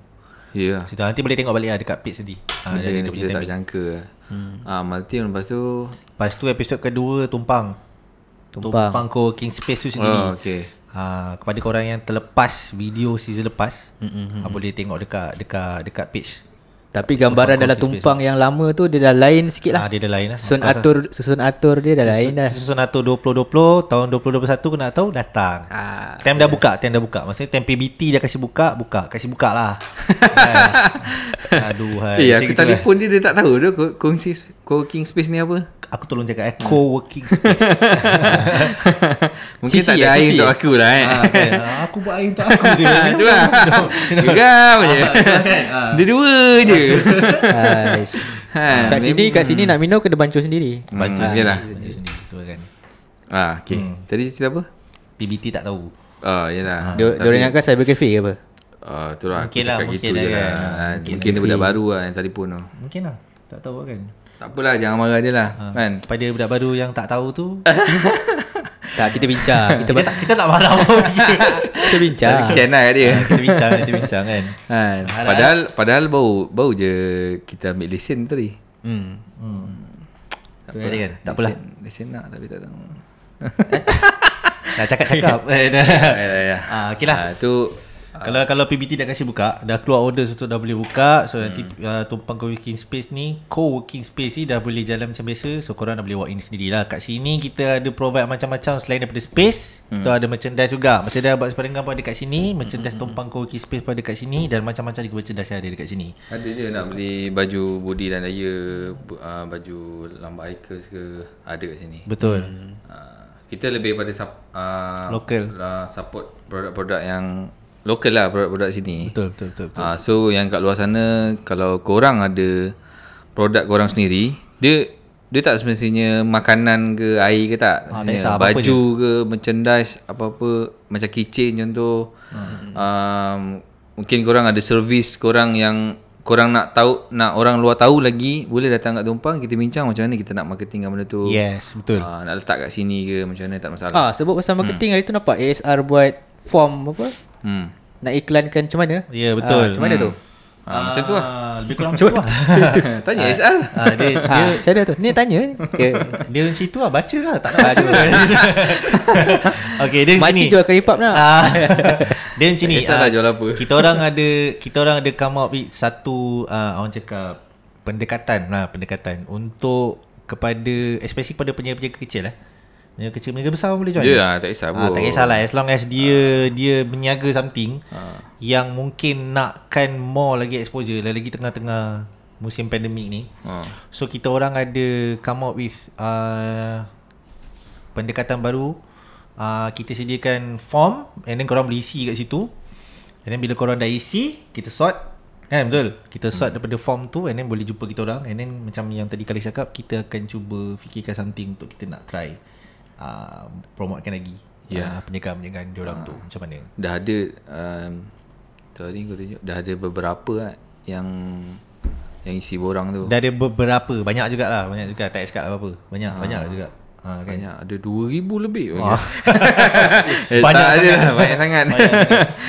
Speaker 1: Yeah.
Speaker 2: Situ nanti boleh tengok balik lah dekat page nanti. Ah,
Speaker 1: Kita,
Speaker 2: dari
Speaker 1: kita,
Speaker 2: dia punya
Speaker 1: tak
Speaker 2: time.
Speaker 1: jangka. Hmm. Ah, Amal Team lepas tu.
Speaker 2: Lepas tu episod kedua tumpang.
Speaker 4: Tumpang.
Speaker 2: Tumpang ko King Space tu sendiri.
Speaker 1: Oh, okay.
Speaker 2: Ah, kepada korang yang terlepas video season lepas, ah, boleh tengok dekat dekat dekat page.
Speaker 4: Tapi gambaran dalam tumpang yang lama tu dia dah lain sikit
Speaker 2: Ah,
Speaker 4: lah.
Speaker 2: dia ada lain lah.
Speaker 4: Susun atur susun atur dia dah lain lah. dah.
Speaker 2: Season 1 2020 Tahun 2021 aku nak tahu Datang ah, Time dah buka Time dah buka Maksudnya time PBT Dia kasi buka Buka Kasi buka lah Kan? Aduh
Speaker 1: Eh,
Speaker 2: hai.
Speaker 1: aku
Speaker 2: Macam gitu lah.
Speaker 1: telefon dia, dia tak tahu tu. Ko- Kongsi co-king space ni apa?
Speaker 2: Aku tolong cakap eh, Co-working space
Speaker 1: Mungkin
Speaker 4: Sisi
Speaker 1: tak
Speaker 4: eh,
Speaker 1: ada air
Speaker 4: sisi
Speaker 1: untuk
Speaker 4: eh.
Speaker 1: aku lah eh.
Speaker 2: Ah, kan? Ah, Aku buat air untuk aku je
Speaker 1: Ah, tu lah. Geram je.
Speaker 4: Ah, kan?
Speaker 1: Dia dua je.
Speaker 4: Aish.
Speaker 2: Ah,
Speaker 1: Ha,
Speaker 4: kat sini kat
Speaker 2: hmm.
Speaker 4: sini nak minum kena bancuh sendiri.
Speaker 1: Baca sikit lah.
Speaker 2: Macam sendiri tu kan
Speaker 1: Ah, okay.
Speaker 4: Hmm.
Speaker 1: Tadi cerita apa?
Speaker 2: PBT tak tahu
Speaker 1: Oh, yelah.
Speaker 4: Dia dia orang ingatkan cyber cafe ke apa?
Speaker 1: Ah, tu lah aku
Speaker 2: Mungkin lah,
Speaker 1: cakap
Speaker 2: mungkin
Speaker 1: gitu
Speaker 2: lah
Speaker 1: je
Speaker 2: kan.
Speaker 1: lah. Mungkin, mungkin dia budak baru lah yang telefon tu.
Speaker 2: Mungkin lah Tak tahu kan
Speaker 1: Tak apalah jangan marah dia lah
Speaker 4: Ah.
Speaker 1: kan.
Speaker 2: Pada budak baru yang tak tahu tu
Speaker 1: Eh.
Speaker 4: Tak kita bincang, kita
Speaker 2: Kita tak, kita tak marah pun
Speaker 4: kita bincang.
Speaker 1: Tapi
Speaker 2: Ah.
Speaker 1: kesian lah kat dia.
Speaker 4: Ah,
Speaker 2: Kita bincang Kita bincang kan
Speaker 1: Kan. Padahal padahal baru baru je kita ambil lesen tadi.
Speaker 4: Hmm.
Speaker 1: Tak
Speaker 2: Betul tadi kan
Speaker 4: Tak apalah.
Speaker 1: Lesen- Lesen nak tapi tak tahu.
Speaker 2: Dah cakap-cakap Eh, dah. Ah, okay
Speaker 1: Ya,
Speaker 2: lah
Speaker 1: Ah, tu
Speaker 2: Kalau kalau PBT dah kasi buka Dah keluar order untuk dah boleh buka So nanti uh, tumpang co-working space ni Co-working space ni dah boleh jalan macam biasa So korang dah boleh walk in sendiri lah Kat sini kita ada provide macam-macam Selain daripada space Kita ada merchandise juga Merchandise abad separinggan pun ada kat sini Merchandise tumpang co-working space pun ada kat sini Dan macam-macam lagi merchandise yang ada dekat sini
Speaker 1: ada je nak beli baju body dan daya, bu- ah, baju lambat Icons ke ada kat sini.
Speaker 2: Betul
Speaker 1: Ah, kita lebih pada sup, uh,
Speaker 2: Local.
Speaker 1: uh, support produk-produk yang local lah produk-produk sini.
Speaker 2: Betul betul betul, betul.
Speaker 1: Ah, so yang kat luar sana kalau korang ada produk korang sendiri, dia dia tak semestinya makanan ke air ke tak.
Speaker 2: Ah,
Speaker 1: Maksudnya
Speaker 2: tak kisah, apa-apa
Speaker 1: baju ke merchandise apa-apa macam kitchen contoh. Hmm. Um, mungkin korang ada servis korang yang korang nak tahu nak orang luar tahu lagi boleh datang kat Tumpang kita bincang macam mana kita nak marketingkan benda tu.
Speaker 2: Yes Ya, betul
Speaker 1: Ah, nak letak kat sini ke macam mana tak masalah.
Speaker 4: Ah, sebut pasal marketing
Speaker 2: hmm.
Speaker 4: hari tu nampak ASR buat form apa?
Speaker 1: Hmm.
Speaker 4: Nak iklankan macam mana?
Speaker 2: Ya, betul. Hmm.
Speaker 4: Ah, macam mana tu?
Speaker 1: Ah, macam tu lah.
Speaker 2: Ah, Lebih kurang macam tu lah
Speaker 1: Tanya SR.
Speaker 2: Ah, dia,
Speaker 4: Ha, macam mana tu? Ni tanya ni. Okay.
Speaker 2: Dia macam itu lah Baca lah Tak nak baca Okay dia macam
Speaker 4: Makcik
Speaker 2: ni
Speaker 4: jual lah. keripap nak.
Speaker 2: Ah, Dia macam ni
Speaker 1: Tak kisah lah
Speaker 2: ah,
Speaker 1: jual apa.
Speaker 2: Kita orang ada Kita orang ada come up with Satu ah, Orang cakap Pendekatan lah Pendekatan Untuk Kepada Especially kepada penjaga-penjaga kecil lah Penjaga kecil Penjaga besar pun boleh join
Speaker 1: Ya, tak kisah
Speaker 2: Ah,
Speaker 1: pun.
Speaker 2: tak kisahlah as long as dia dia menyaga something yang mungkin nakkan more lagi exposure lagi tengah-tengah musim pandemik ni. So kita orang ada come up with uh, pendekatan baru. Uh, kita sediakan form and then korang boleh isi kat situ. And then bila korang dah isi, kita sort Kan betul Kita sort hmm. daripada form tu And then boleh jumpa kita orang And then macam yang tadi kali cakap Kita akan cuba fikirkan something Untuk kita nak try uh, Promotekan lagi yeah. uh, Penjagaan-penjagaan diorang tu Macam mana
Speaker 1: dah ada um, tu hari kau tunjuk dah ada beberapa lah yang yang isi borang tu
Speaker 2: Dah ada beberapa Banyak jugalah Banyak juga Tak eskat apa-apa Banyak Banyak juga uh, kan?
Speaker 1: banyak ada 2000 lebih
Speaker 2: Ah.
Speaker 1: eh,
Speaker 2: Banyak
Speaker 1: tak ada
Speaker 2: sangat.
Speaker 1: lah, banyak sangat Eh,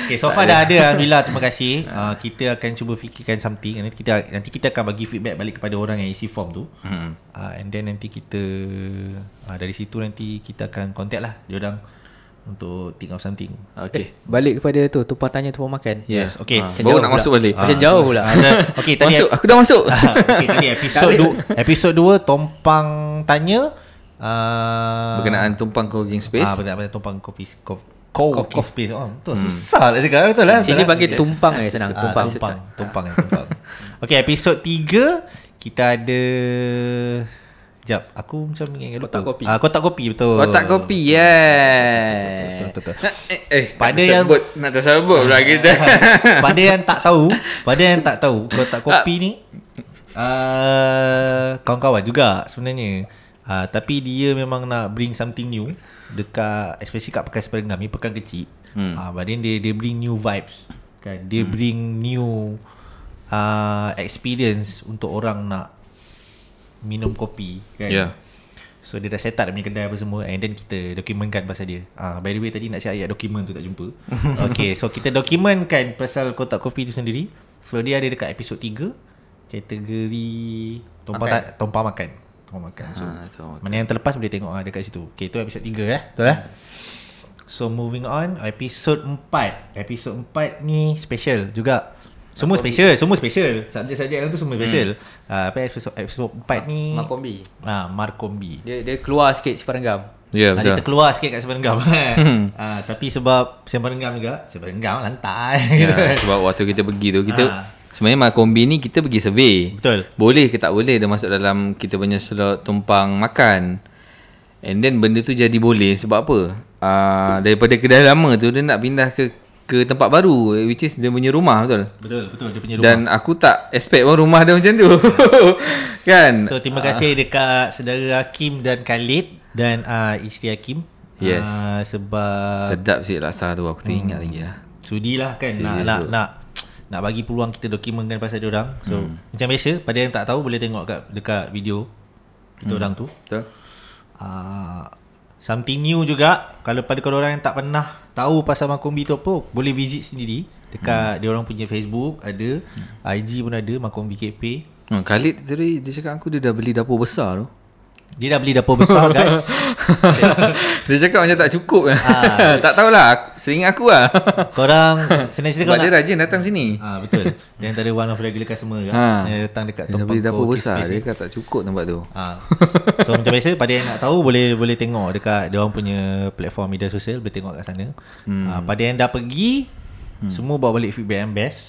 Speaker 2: Okay so far dah ada Alhamdulillah terima kasih uh, Kita akan cuba fikirkan something nanti kita, nanti kita akan bagi feedback balik kepada orang yang isi form tu hmm. uh, And then nanti kita uh, Dari situ nanti kita akan contact lah Diorang Untuk think of something
Speaker 1: okey
Speaker 2: Eh,
Speaker 4: Balik kepada tu, tumpang tanya tumpang makan.
Speaker 1: yeah.
Speaker 2: Yes, okey.
Speaker 1: Ah,
Speaker 2: Macam
Speaker 1: baru
Speaker 4: jauh
Speaker 1: nak
Speaker 4: pula.
Speaker 1: masuk balik
Speaker 4: Macam jauh pula.
Speaker 2: Ah, dah- Okay tadi Ah.
Speaker 1: masuk aku dah masuk
Speaker 2: okay, tadi episod du- episod 2 Tompang Tanya uh,
Speaker 1: berkenaan tumpang coworking
Speaker 2: Ah,
Speaker 1: space
Speaker 2: benar benar tumpang kopi kopi kopi space. Oh, betul.
Speaker 1: Hmm.
Speaker 2: Susah lah cakap betul lah.
Speaker 4: Sini
Speaker 2: Betul lah.
Speaker 4: panggil tumpang eh, senang.
Speaker 2: Ah,
Speaker 4: Tumpang.
Speaker 2: tumpang, tumpang, eh, tumpang. Okey, episod 3 kita ada Sekejap, aku macam ingat lupa.
Speaker 4: Kotak kopi.
Speaker 2: Ah, kotak kopi betul.
Speaker 1: kotak kopi yeah
Speaker 2: Betul, betul, betul,
Speaker 1: Eh, eh
Speaker 2: Pada
Speaker 1: pada
Speaker 2: yang- Ah,
Speaker 1: yang nak tersebut pula kita
Speaker 2: pada yang tak tahu, pada yang tak tahu kotak kopi ni uh, kawan-kawan juga sebenarnya. Uh, tapi dia memang nak bring something new dekat especially kat Pekan Seperengam ni pekan kecil. Hmm. Uh, but then dia dia bring new vibes kan. Dia hmm. bring new uh, experience untuk orang nak minum kopi kan.
Speaker 1: Ya.
Speaker 2: So dia dah set up dia punya kedai apa semua And then kita dokumenkan pasal dia Ah, By the way tadi nak cakap ayat dokumen tu tak jumpa Okay so kita dokumenkan pasal kotak kopi tu sendiri So dia ada dekat episod 3 Kategori Tumpang, ta- tumpang makan Tumpang makan so,
Speaker 1: Ah, tumpang makan.
Speaker 2: Mana yang terlepas boleh tengok ah, dekat situ Okay tu episod 3 eh Betul eh So moving on Episod 4 Episod 4 ni special juga Semua special Semua special Subjek-subjek dalam tu semua special hmm. Apa episod, episod 4 ni
Speaker 4: Makombi.
Speaker 2: Ah, Markombi.
Speaker 4: Dia dia keluar sikit separenggam.
Speaker 1: ya
Speaker 2: Ah, dia
Speaker 1: betul
Speaker 2: terkeluar sikit kat Semparenggam kan.
Speaker 1: Hmm.
Speaker 2: ah, tapi sebab Semparenggam juga, Semparenggam lantai.
Speaker 1: Ya, sebab waktu kita pergi tu kita ha.
Speaker 2: Ah.
Speaker 1: sebenarnya Makombi ni kita pergi survey.
Speaker 2: Betul.
Speaker 1: Boleh ke tak boleh dia masuk dalam kita punya slot tumpang makan. And then benda tu jadi boleh sebab apa? Uh, daripada kedai lama tu dia nak pindah ke ke tempat baru which is dia punya rumah betul.
Speaker 2: betul, betul dia punya rumah. Dan
Speaker 1: Dan aku tak expect pun rumah dia macam tu. kan?
Speaker 2: so terima kasih dekat saudara Hakim dan Khalid dan ah, isteri Hakim.
Speaker 1: Yes.
Speaker 2: Ah, sebab
Speaker 1: Sedap si laksa tu aku
Speaker 2: Hmm.
Speaker 1: teringat lagi ah.
Speaker 2: sudilah kan nak,
Speaker 1: Serious
Speaker 2: nak
Speaker 1: tu.
Speaker 2: nak nak bagi peluang kita dokumenkan pasal dia orang. So
Speaker 1: Hmm.
Speaker 2: macam biasa pada yang tak tahu boleh tengok kat dekat video kita
Speaker 1: Hmm.
Speaker 2: orang tu.
Speaker 1: Betul?
Speaker 2: Ah, something new juga kalau pada kalau orang yang tak pernah tahu pasal Makombi tu apa boleh visit sendiri dekat hmm. dia orang punya Facebook ada IG pun ada Makombi KP
Speaker 1: Hmm, Khalid tadi dia cakap aku dia dah beli dapur besar tu.
Speaker 2: Dia dah beli dapur besar guys
Speaker 1: Dia cakap macam tak cukup
Speaker 2: Ah,
Speaker 1: ha, Tak tahulah Seringat aku lah
Speaker 2: Korang Senang cerita
Speaker 1: Sebab
Speaker 2: korang
Speaker 1: dia
Speaker 2: nak
Speaker 1: rajin datang sini
Speaker 2: Ah betul. Dia antara one of regular customer kan.
Speaker 1: Ha.
Speaker 2: Dia datang dekat
Speaker 1: Dia dah
Speaker 2: Tompang
Speaker 1: beli dapur
Speaker 2: Kau
Speaker 1: besar
Speaker 2: Kismis
Speaker 1: Dia kata tak cukup tempat tu
Speaker 2: Ha. So macam biasa pada yang nak tahu boleh boleh tengok dekat dia orang punya platform media sosial boleh tengok kat sana. Hmm. Ha, pada yang dah pergi hmm. semua bawa balik feedback yang best.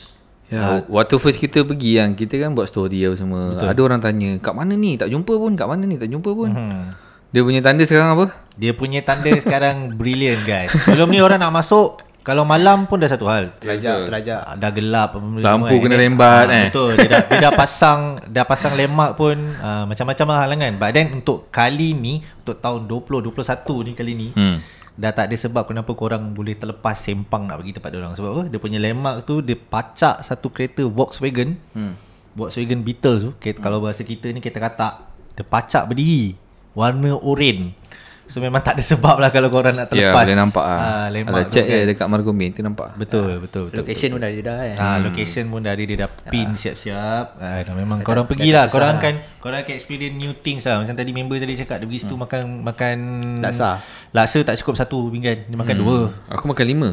Speaker 1: Ya, waktu first kita pergi kan Kita kan buat story apa semua Betul. Ada orang tanya Kat mana ni tak jumpa pun Kat mana ni tak jumpa pun
Speaker 2: Hmm.
Speaker 1: Dia punya tanda sekarang apa?
Speaker 2: Dia punya tanda sekarang brilliant guys. Sebelum ni orang nak masuk kalau malam pun dah satu hal.
Speaker 4: Terajak Terajak
Speaker 2: Ah, dah gelap apa benda
Speaker 1: Lampu
Speaker 2: semua,
Speaker 1: kena
Speaker 2: and then-
Speaker 1: rembat,
Speaker 2: ah,
Speaker 1: eh.
Speaker 2: Betul dia dah, dia dah pasang Dah pasang lemak pun ah, Macam-macam lah halangan But then untuk kali ni Untuk tahun 2021 ni kali ni
Speaker 1: Hmm.
Speaker 2: Dah tak ada sebab kenapa korang boleh terlepas sempang nak pergi tempat orang Sebab apa? Dia punya lemak tu Dia pacak satu kereta Volkswagen hmm. Volkswagen Beetle tu kereta, Kalau
Speaker 1: Hmm.
Speaker 2: bahasa kita ni kereta katak Dia pacak berdiri Warna oren So memang tak ada sebab lah kalau korang nak
Speaker 1: Ya
Speaker 2: terlepas
Speaker 1: boleh nampak lah
Speaker 2: ah, lemak
Speaker 1: Ada
Speaker 2: tu
Speaker 1: check
Speaker 2: kan.
Speaker 1: eh, dekat Margo Main Kita nampak
Speaker 2: Betul, betul, betul.
Speaker 4: Location pun dah ada dah kan
Speaker 2: Ha, location pun dah ada dia dah pin siap-siap. Ha, Ah. dah memang korang pergilah, korang akan korang akan experience new things lah. Macam tadi member tadi cakap dia pergi situ makan makan
Speaker 4: Laksa.
Speaker 2: Laksa tak cukup satu pinggan, dia makan dua.
Speaker 1: Aku makan lima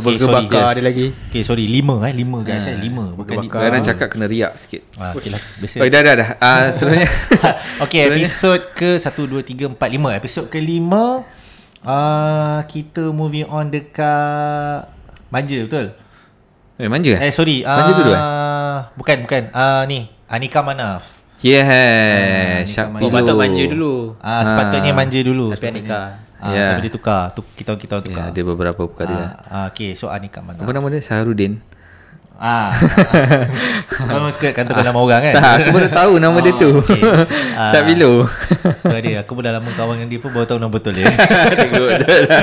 Speaker 1: Burger, burger
Speaker 2: sorry,
Speaker 1: bakar
Speaker 4: ada lagi.
Speaker 2: Okay sorry Lima eh Lima guys eh Lima Bukan di-
Speaker 1: Kadang-kadang cakap kena riak sikit
Speaker 2: Ah, okay lah Biasa
Speaker 1: Baik dah dah dah Ah, Seterusnya
Speaker 2: okay, episod ke 1, 2, 3, 4, 5 Episod ke 5 uh, Kita moving on dekat Manja betul?
Speaker 1: Eh manja
Speaker 2: Eh
Speaker 1: eh?
Speaker 2: sorry
Speaker 1: Manja
Speaker 2: ah,
Speaker 1: dulu, eh?
Speaker 2: Bukan bukan uh, Ni Anika Manaf
Speaker 1: Yeah Sharpie
Speaker 4: Oh
Speaker 1: dulu
Speaker 4: patut manja dulu
Speaker 2: ah, Sepatutnya manja dulu
Speaker 4: Tapi Anika.
Speaker 2: ah,
Speaker 1: Yeah.
Speaker 2: Tapi dia tukar tu, Kita kita
Speaker 1: Ya,
Speaker 2: orang tukar
Speaker 1: Ada beberapa perkara
Speaker 2: ah, ah, Okay so Anika Manaf
Speaker 1: Apa nama dia? Saharudin
Speaker 2: Ah, Kau memang suka kan tukar nama orang kan
Speaker 1: Ah. Tak aku baru tahu nama dia tu
Speaker 2: okay. Ah.
Speaker 1: Sabilo
Speaker 2: Tu ada Aku pun dah lama kawan dengan dia pun Baru tahu nama betul dia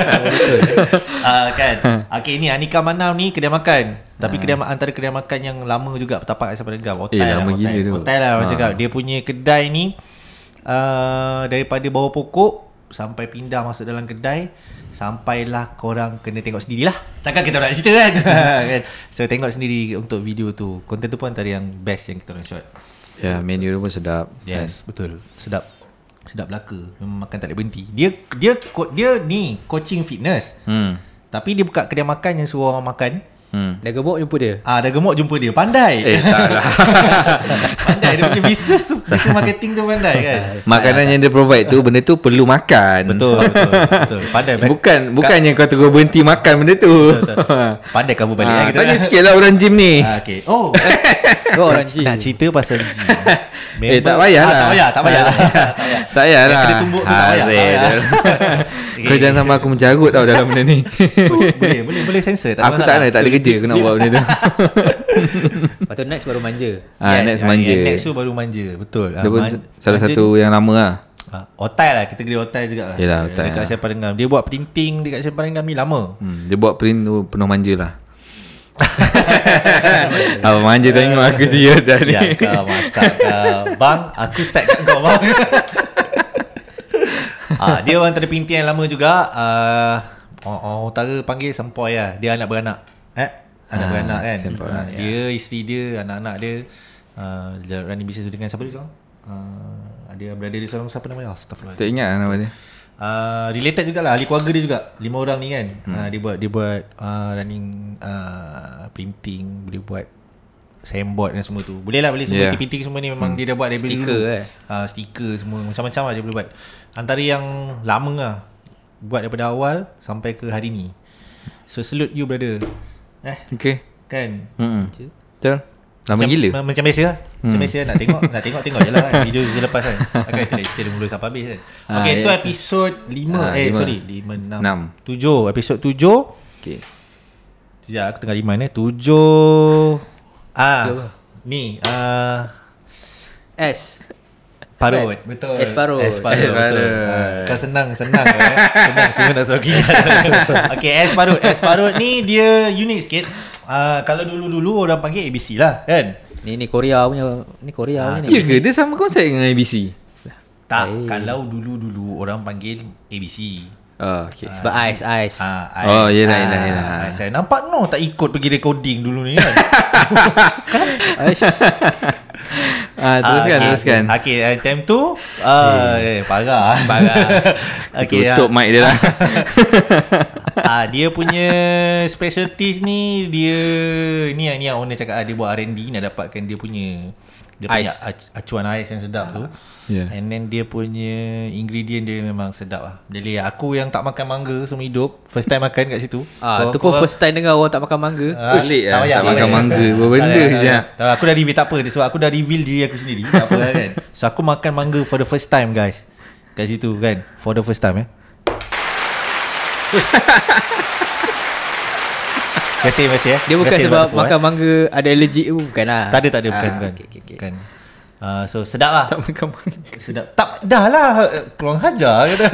Speaker 2: Ah kan.
Speaker 1: Ha.
Speaker 2: Okey ni Anika Manam ni kedai makan. Tapi kedai ma- antara kedai makan yang lama juga bertapak kat Sabah Negara. Hotel
Speaker 1: Eh,
Speaker 2: lah,
Speaker 1: lama
Speaker 2: hotel.
Speaker 1: gila tu. Ha.
Speaker 2: Hotel lah orang cakap. Dia punya kedai ni uh, daripada bawah pokok sampai pindah masuk dalam kedai sampailah korang kena tengok sendirilah. Takkan kita nak cerita kan? kan? So tengok sendiri untuk video tu. Konten tu pun antara yang best yang kita orang shot.
Speaker 1: Ya menu dia pun sedap Eh.
Speaker 2: Yes, betul. Sedap. Sedap belaka. Memang makan tak boleh berhenti. Dia dia ko- dia ni coaching fitness.
Speaker 1: Hmm
Speaker 2: Tapi dia buka kedai makan yang suruh orang makan.
Speaker 1: Hmm
Speaker 4: Dah gemuk jumpa dia
Speaker 2: Ah, dah gemuk jumpa dia. Pandai.
Speaker 1: Eh tak lah
Speaker 2: pandai dia punya bisnes tu, bisnes marketing tu pandai kan.
Speaker 1: Makanan yang dia provide tu Benda tu perlu makan
Speaker 2: Betul, betul, betul. Pandai. baik.
Speaker 1: Bukan Bukannya kau tegur berhenti makan benda tu Ha.
Speaker 2: Pandai kamu balik
Speaker 1: Ah,
Speaker 2: eh, kita.
Speaker 1: Tanya sikit lah orang gym ni
Speaker 2: Ah, okay. Oh,
Speaker 4: Kau orang
Speaker 2: nak, nak
Speaker 4: cik
Speaker 2: cerita pasal G.
Speaker 1: Eh tak payah lah
Speaker 2: Ah, tak payah, tak payah.
Speaker 1: Tak payah
Speaker 2: Yang
Speaker 1: lah
Speaker 2: kena tumbuk tu tak payah, tak
Speaker 1: Haril.
Speaker 2: payah.
Speaker 1: Kau jangan sampai aku mencarut tau dalam benda ni
Speaker 2: Tu, boleh, boleh, boleh sensor.
Speaker 1: Aku tak nak Tak ada kerja aku nak buat benda tu
Speaker 4: Lepas tu next baru manja
Speaker 1: Ah, Next manja
Speaker 2: Next tu baru manja, betul. Ah,
Speaker 1: Dia pun
Speaker 2: man-
Speaker 1: salah
Speaker 2: manja
Speaker 1: satu yang lama lah
Speaker 2: Ha, hotel lah Kita kedai hotel juga lah
Speaker 1: Yelah, hotel
Speaker 2: Dekat
Speaker 1: lah.
Speaker 2: Semparenggam Dia buat printing Dekat Semparenggam ni lama
Speaker 1: Hmm, Dia buat print tu penuh manja lah Abang manja tengok aku siap dah ni
Speaker 2: Siap kau masak kau Bang aku set kat kau bang ha, Dia orang antara pinti yang lama juga uh, orang, orang utara panggil sempoi lah Dia anak beranak eh? Anak
Speaker 1: Ah,
Speaker 2: beranak kan
Speaker 1: sempoi,
Speaker 2: Ah,
Speaker 1: ya.
Speaker 2: Dia, isteri dia, anak-anak dia uh, dia Running bisnes dengan siapa dia seorang? Uh, dia berada dia seorang siapa namanya? Astagfirullah
Speaker 1: Tak ingat lah nama dia
Speaker 2: Uh, related jugalah ahli keluarga dia juga lima orang ni kan hmm. uh, dia buat dia buat uh, running uh, printing boleh buat sandboard dan semua tu boleh lah boleh semua
Speaker 1: Yeah.
Speaker 2: yeah. printing semua ni memang hmm. dia dah buat daripada
Speaker 4: Stiker,
Speaker 2: dulu
Speaker 4: eh.
Speaker 2: uh, stiker semua macam-macam lah dia boleh buat antara yang lama lah buat daripada awal sampai ke hari ni so salute you brother eh
Speaker 1: Okay
Speaker 2: kan
Speaker 1: Mm-mm. Betul Lama
Speaker 2: macam,
Speaker 1: gila Hmm.
Speaker 2: ma- Macam biasa lah Macam biasa lah Nak tengok Nak tengok tengok je lah kan. Video je lepas kan Akan kita nak cerita dari mula sampai habis kan
Speaker 1: Ah,
Speaker 2: Okay tu
Speaker 1: ya.
Speaker 2: episod 5
Speaker 1: Ah,
Speaker 2: Eh
Speaker 1: lima.
Speaker 2: sorry 5, 6,
Speaker 1: Enam.
Speaker 2: 7 Episod 7
Speaker 1: Okay
Speaker 2: Sekejap aku tengah remind eh 7 Ah Ni ah,
Speaker 4: S
Speaker 2: Parut Eh, Betul
Speaker 4: Es parut.
Speaker 2: Es parut,
Speaker 1: Es
Speaker 2: betul.
Speaker 1: Eh, parut.
Speaker 2: Ah, Kau senang Senang eh. Senang Semua nak sorry Okay Es parut Es parut ni dia unik sikit Ah, Kalau dulu-dulu orang panggil ABC lah kan
Speaker 4: Ni ni Korea punya Ni
Speaker 2: Ah,
Speaker 4: Korea punya ni
Speaker 1: Ya ke dia sama konsep dengan ABC
Speaker 2: Tak,
Speaker 1: Eh.
Speaker 2: hey. kalau dulu-dulu orang panggil ABC.
Speaker 1: Oh okay
Speaker 4: Sebab ais ais
Speaker 2: Ah,
Speaker 1: Oh, yelah, yelah, yelah.
Speaker 2: Saya nampak no tak ikut pergi recording dulu ni kan.
Speaker 4: Ais
Speaker 1: Ah, teruskan,
Speaker 2: Ah,
Speaker 1: teruskan. Hmm.
Speaker 2: Okay, okay, time tu uh, eh, parah.
Speaker 1: Parah.
Speaker 2: okay,
Speaker 1: Tutup mic dia lah.
Speaker 2: ah, dia punya specialties ni dia ni yang ni yang owner cakap ah, dia buat R&D nak dapatkan dia punya dia punya
Speaker 4: Ais.
Speaker 2: ac- acuan ais yang sedap tu.
Speaker 1: Yeah.
Speaker 2: And then dia punya ingredient dia memang sedap lah. Jadi aku yang tak makan mangga seumur hidup, first time makan kat situ.
Speaker 4: Ah,
Speaker 2: Kau-
Speaker 4: tu pun
Speaker 2: kau-
Speaker 4: first time dengar orang tak makan mangga.
Speaker 2: Ah,
Speaker 1: Pelik
Speaker 2: tak
Speaker 1: lah,
Speaker 2: payah,
Speaker 1: tak
Speaker 2: tak
Speaker 1: makan
Speaker 2: payah.
Speaker 1: mangga. Apa
Speaker 2: Tak
Speaker 1: benda
Speaker 2: payah, tak
Speaker 1: je.
Speaker 2: payah. Tak payah, Aku dah reveal tak apa Sebab aku dah reveal diri aku sendiri Tak apa lah kan So aku makan mangga for the first time guys Kat situ kan For the first time eh Terima kasih, terima kasih eh.
Speaker 4: Dia bukan
Speaker 2: Terima kasih
Speaker 4: sebab
Speaker 2: Mak Tepuk,
Speaker 4: makan mangga ada allergi pun bukan lah.
Speaker 2: eh. Tak ada, tak ada bukan,
Speaker 4: Ah,
Speaker 2: bukan.
Speaker 4: okay, okay, okay.
Speaker 2: bukan. Ah, so sedap lah
Speaker 1: tak makan mangga.
Speaker 2: Sedap Tak dah lah eh, Kurang hajar kata.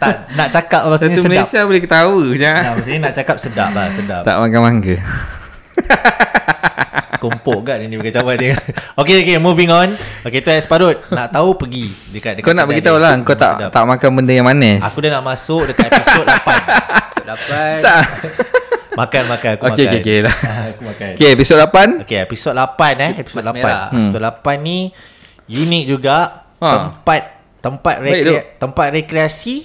Speaker 2: tak Nak cakap maksudnya
Speaker 1: Satu
Speaker 2: sedap
Speaker 1: Malaysia boleh ketawa je.
Speaker 2: nah, Maksudnya nak cakap sedap lah Sedap
Speaker 1: Tak makan mangga.
Speaker 2: Kompok kan ini pakai cawan dia. Okay, okay, moving on. Okay, tu es parut. Nak tahu pergi dekat
Speaker 1: Kau
Speaker 2: dekat.
Speaker 1: nak
Speaker 2: kedai
Speaker 1: beritahu
Speaker 2: dia.
Speaker 1: lah kau tak
Speaker 2: Sedap.
Speaker 1: tak makan benda yang manis.
Speaker 2: Aku dah nak masuk dekat episod 8.
Speaker 4: So, dapat.
Speaker 2: Makan makan aku
Speaker 1: Okey,
Speaker 2: makan.
Speaker 1: okey, okey lah.
Speaker 2: Ah, aku makan. Okay,
Speaker 1: Okay, episod 8.
Speaker 2: okay episod 8 eh, episod
Speaker 4: Mas
Speaker 2: 8.
Speaker 4: Merah.
Speaker 2: Episod 8 ni unik juga.
Speaker 1: Hmm. Ha.
Speaker 2: Tempat tempat
Speaker 1: Baik tu.
Speaker 2: rekre, tempat rekreasi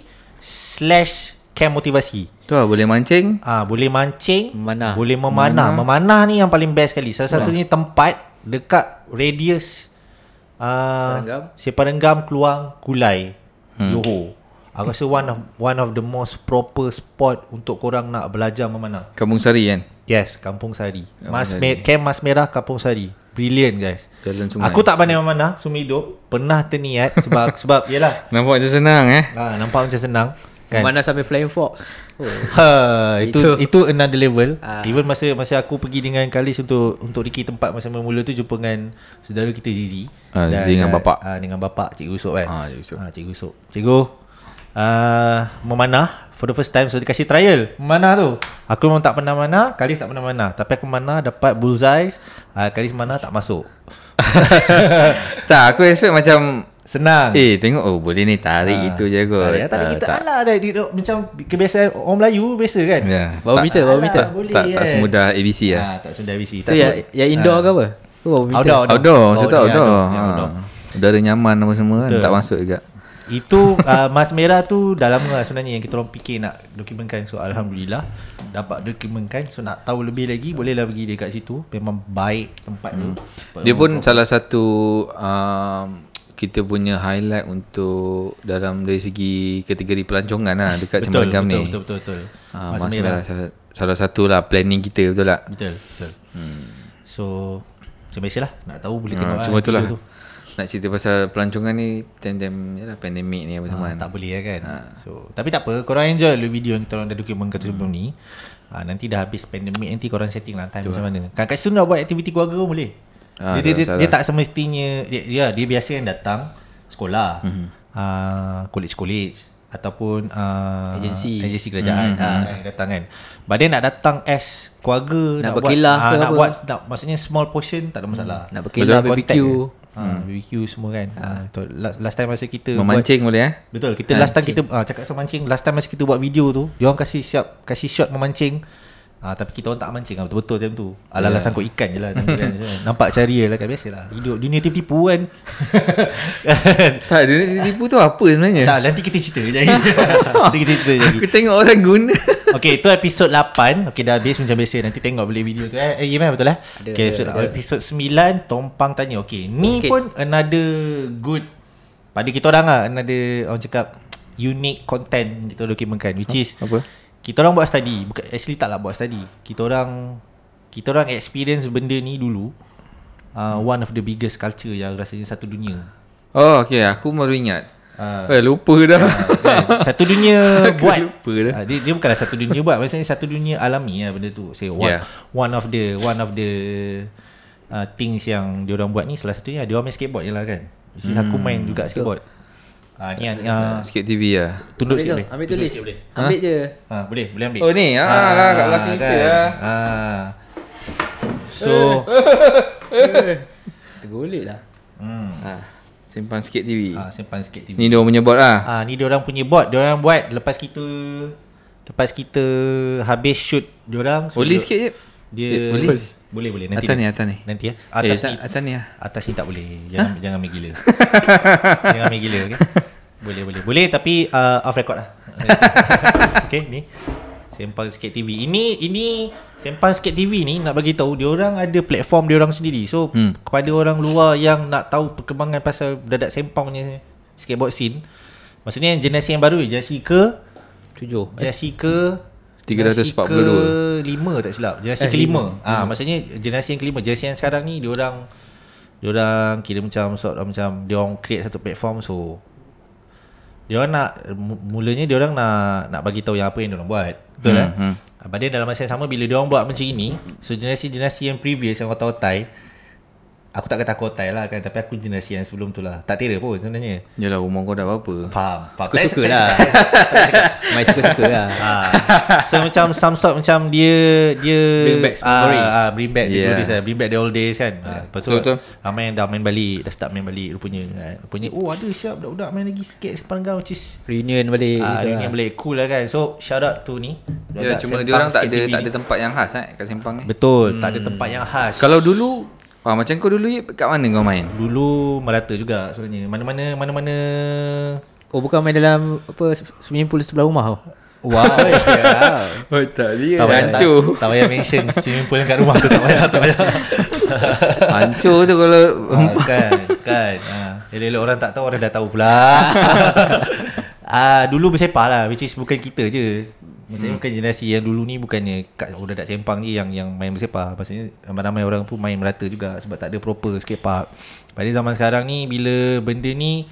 Speaker 2: slash camp motivasi.
Speaker 1: Tu lah, boleh mancing.
Speaker 2: Ah, boleh mancing,
Speaker 4: Memanah.
Speaker 2: boleh memanah. Memanah ni yang paling best sekali. Salah satunya tempat dekat radius ah
Speaker 4: Separenggam.
Speaker 2: Separenggam Keluang Kulai hmm. Johor. Aku rasa one of one of the most proper spot untuk korang nak belajar memanah.
Speaker 1: Kampung Sari kan.
Speaker 2: Yes, Kampung Sari. Mas
Speaker 1: Sari.
Speaker 2: Me- Camp Mas Merah Kampung Sari. Brilliant guys.
Speaker 1: Jalan sungai.
Speaker 2: Aku tak pandai memanah sumi hidup. Pernah terniat sebab sebab yalah.
Speaker 1: Nampak macam senang eh.
Speaker 2: Ah, nampak macam senang kan.
Speaker 4: Mana sampai flying fox. Oh.
Speaker 2: Ha, itu, itu itu another level.
Speaker 4: Ah.
Speaker 2: Even masa masa aku pergi dengan Kalis untuk untuk Ricky tempat masa mula tu jumpa dengan saudara kita Zizi.
Speaker 1: Ah, Zizi dengan bapak.
Speaker 2: Ah, dengan bapak Cikgu Usop kan.
Speaker 1: Ah, Cikgu Usop.
Speaker 2: Ah, Cikgu Usop. Cikgu uh, memanah for the first time so dia kasi trial memanah tu. Aku memang tak pernah manah, Kalis tak pernah manah. Tapi aku manah dapat bullseye, uh, Kalis manah tak masuk.
Speaker 1: tak, aku expect macam
Speaker 2: Senang.
Speaker 1: eh tengok oh boleh ni tarik itu je kot.
Speaker 2: Ah, ya, tapi
Speaker 1: Ah,
Speaker 2: kita alah dah dia, macam kebiasaan orang Melayu biasa kan.
Speaker 1: Ya,
Speaker 4: Bawah
Speaker 1: tak-
Speaker 4: meter, bawah meter.
Speaker 2: tak boleh
Speaker 1: Tak tak
Speaker 2: kan.
Speaker 1: semudah ABC lah.
Speaker 2: Ah, tak sudah BC.
Speaker 4: Tu yang, yang indoor ke apa? Oh, Tu berapa meter?
Speaker 2: Outdoor,
Speaker 1: ya. Outdoor, saya tahu
Speaker 2: ya,
Speaker 1: outdoor.
Speaker 2: ya,
Speaker 1: Ha.
Speaker 2: outdoor.
Speaker 1: Udara nyaman apa semua kan
Speaker 2: Betul.
Speaker 1: tak masuk juga.
Speaker 2: Itu uh, Mas Merah tu dah lama lah sebenarnya yang kita orang fikir nak dokumenkan so alhamdulillah dapat dokumenkan so nak tahu lebih lagi bolehlah pergi dekat situ memang baik tempat
Speaker 1: Hmm.
Speaker 2: tu. Tempat
Speaker 1: Dia pun salah satu um, kita punya highlight untuk dalam dari segi kategori pelancongan lah dekat
Speaker 2: betul,
Speaker 1: Semarang
Speaker 2: betul,
Speaker 1: ni.
Speaker 2: betul betul betul.
Speaker 1: Ah, Mas, Merah salah, salah satu lah planning kita betul tak?
Speaker 2: Betul betul. Hmm. So macam biasalah nak tahu boleh tengok. lah.
Speaker 1: Ha, cuma itulah. Nak cerita pasal pelancongan ni time-time yalah, pandemik ni apa semua.
Speaker 2: Ha,
Speaker 4: Hmm.
Speaker 2: tak boleh lah kan ha.
Speaker 4: Ah.
Speaker 2: so, Tapi tak apa Korang enjoy dulu video yang kita orang dah dokumen kat sebelum ni ha, Nanti dah habis pandemik Nanti korang setting lah time macam mana Kat, kat situ nak buat aktiviti keluarga pun boleh
Speaker 1: Ah, tak
Speaker 2: dia, dia, dia,
Speaker 1: masalah.
Speaker 2: dia tak semestinya dia, ya, dia, dia biasa yang datang Sekolah
Speaker 4: Mhm.
Speaker 2: mm-hmm. uh, College-college Ataupun uh,
Speaker 4: Agensi.
Speaker 2: Agensi
Speaker 4: Mhm.
Speaker 2: kerajaan mm-hmm. ha, yang Datang kan But then nak datang as keluarga
Speaker 4: Nak berkilah
Speaker 2: buat,
Speaker 4: ke
Speaker 2: ah, Nak
Speaker 4: apa. Hmm.
Speaker 2: buat nak, Maksudnya small portion Tak ada masalah
Speaker 4: Nak berkilah, Hmm. Ah.
Speaker 2: Contact je. Ha,
Speaker 4: BBQ.
Speaker 2: BBQ semua kan ha. Ha, last, last time masa kita buat-
Speaker 1: Memancing boleh eh?
Speaker 2: Betul. Kita last time kita ah, cakap pasal mancing, last time masa kita buat video tu, dia orang kasi siap kasi shot memancing. Ah, tapi kita orang tak mancing lah betul-betul time tu. Alah-alah sangkut ikan je lah. tangkut ikan je. Nampak cari lah kan biasalah. Hidup dunia tipu-tipu kan.
Speaker 1: Tak, dia dia tipu tu apa sebenarnya?
Speaker 2: tak, nanti kita cerita je. nanti kita cerita lagi.
Speaker 1: Aku tengok orang guna.
Speaker 2: Okay, itu episod 8. Okay, dah habis macam biasa. Nanti tengok boleh video tu. Eh, eh Yemen betul lah. Ada, okay, episod, ada, episod 9, Tompang tanya. Okay, ni okay.
Speaker 4: Okay.
Speaker 2: pun another good. Pada kita orang lah, another orang cakap unique content kita dokumenkan. Which is,
Speaker 1: apa?
Speaker 2: kita orang buat study. Bukan, actually taklah buat study. Kita orang, kita orang experience benda ni dulu. Uh, one of the biggest culture yang rasanya satu dunia.
Speaker 1: Oh, okay. Aku baru ingat.
Speaker 2: Ah.
Speaker 1: Eh, lupa dah.
Speaker 2: Kan? Satu dunia
Speaker 1: Aku
Speaker 2: buat
Speaker 1: lupa dah.
Speaker 2: Ah, dia, dia bukanlah satu dunia buat Maksudnya satu dunia alami lah benda tu Saya one,
Speaker 1: Yeah.
Speaker 2: yeah. one of the One of the uh, Things yang diorang buat ni Salah satunya Diorang main skateboard je lah kan Which
Speaker 1: Hmm,
Speaker 2: is Aku main juga skateboard Ah Ni yang ah,
Speaker 1: Sikit TV lah.
Speaker 2: Tunduk
Speaker 4: Ambil
Speaker 2: sikit
Speaker 4: tu,
Speaker 2: boleh
Speaker 4: ambil
Speaker 2: Tunduk
Speaker 4: tulis.
Speaker 2: sikit boleh
Speaker 4: Ambil je.
Speaker 2: Ah, Boleh boleh ambil kan.
Speaker 1: Oh, ni? Ah, lah, kat belakang kita lah.
Speaker 2: ah. So
Speaker 1: Eh,
Speaker 4: Tergolek lah.
Speaker 1: Ha. Simpan sikit TV.
Speaker 2: Hmm. ah, Simpan sikit
Speaker 1: eh.
Speaker 2: TV
Speaker 1: Ni dia orang punya bot lah.
Speaker 2: Ah ni diorang punya bot, diorang buat lepas kita lepas kita habis shoot diorang.
Speaker 1: Oli sikit je.
Speaker 2: Dia
Speaker 1: Eh, oli.
Speaker 2: Boleh boleh Ah, nanti.
Speaker 1: Atas ni, atas ni.
Speaker 2: Nanti ya.
Speaker 1: Eh,
Speaker 2: Atas ni.
Speaker 1: atas ni lah.
Speaker 2: Atas ni tak boleh. Jangan jangan ambil gila. jangan ambil gila, okey. Boleh boleh. Boleh tapi uh, off record lah. okey, ni. Sempang Sikit TV. Ini ini Sempang Sikit TV ni nak bagi tahu dia orang ada platform dia orang sendiri. So hmm. kepada orang luar yang nak tahu perkembangan pasal dadak Sempang punya skateboard scene. Maksudnya generasi yang baru Jessica
Speaker 4: Tujuh.
Speaker 2: Jessica
Speaker 1: 342.
Speaker 2: Generasi ke tak silap Generasi eh, kelima ah, Maksudnya generasi yang kelima Generasi yang sekarang ni Diorang Diorang kira macam sort of, Macam Diorang create satu platform So Diorang nak mu- Mulanya diorang nak Nak bagi tahu yang apa yang diorang buat Betul hmm, lah hmm. Pada dalam masa yang sama Bila diorang buat macam ini So generasi-generasi yang previous Yang otai-otai Aku tak kata aku otai lah kan Tapi aku generasi yang sebelum tu lah Tak tira pun sebenarnya
Speaker 1: Yalah umur kau dah berapa?
Speaker 2: Faham, faham.
Speaker 4: Suka-suka
Speaker 2: Tak- tak-
Speaker 4: lah. Main suka-suka lah.
Speaker 2: Ah. so macam some sort macam dia dia
Speaker 4: Bring back some glories.
Speaker 2: ah, ah, bring back yeah.
Speaker 1: Yeah.
Speaker 2: the glories, ah, bring back the old days kan. Ah, lepas tu
Speaker 1: Betul-betul.
Speaker 2: ramai yang dah main balik, dah start main balik rupanya kan. Rupanya oh ada siap budak-budak main lagi sikit sepanjang which is
Speaker 4: Reunion balik.
Speaker 2: ah,
Speaker 4: gitu
Speaker 2: dia
Speaker 4: lah.
Speaker 2: ni boleh cool lah kan. So shout out to ni.
Speaker 1: Eh, Ya
Speaker 2: budak-budak
Speaker 1: cuma
Speaker 2: Sempang
Speaker 1: dia orang tak
Speaker 2: Skate
Speaker 1: ada tak
Speaker 2: TV ni.
Speaker 1: ada tempat yang khas eh kat Sempang ni.
Speaker 2: Betul, tak ada tempat yang khas.
Speaker 1: Kalau dulu ah, macam kau dulu Yip, kat mana kau main?
Speaker 2: dulu merata juga sebenarnya. Mana-mana mana-mana
Speaker 4: Oh bukan main dalam apa swimming pool sebelah rumah tau.
Speaker 2: Wow. yeah.
Speaker 1: Oh tak dia.
Speaker 2: Tak payah, tak,
Speaker 1: Hancur.
Speaker 2: tak payah mention swimming pool yang kat rumah tu tak payah tak payah.
Speaker 1: Hancur tu kalau
Speaker 2: Ah, kan kan ha. elok orang tak tahu orang dah tahu pula ah dulu bersepah lah which is bukan kita je maksudnya bukan generasi yang dulu ni bukannya kat orang dak sempang je yang yang main bersepah maksudnya ramai-ramai orang pun main merata juga sebab tak ada proper skate park pada zaman sekarang ni bila benda ni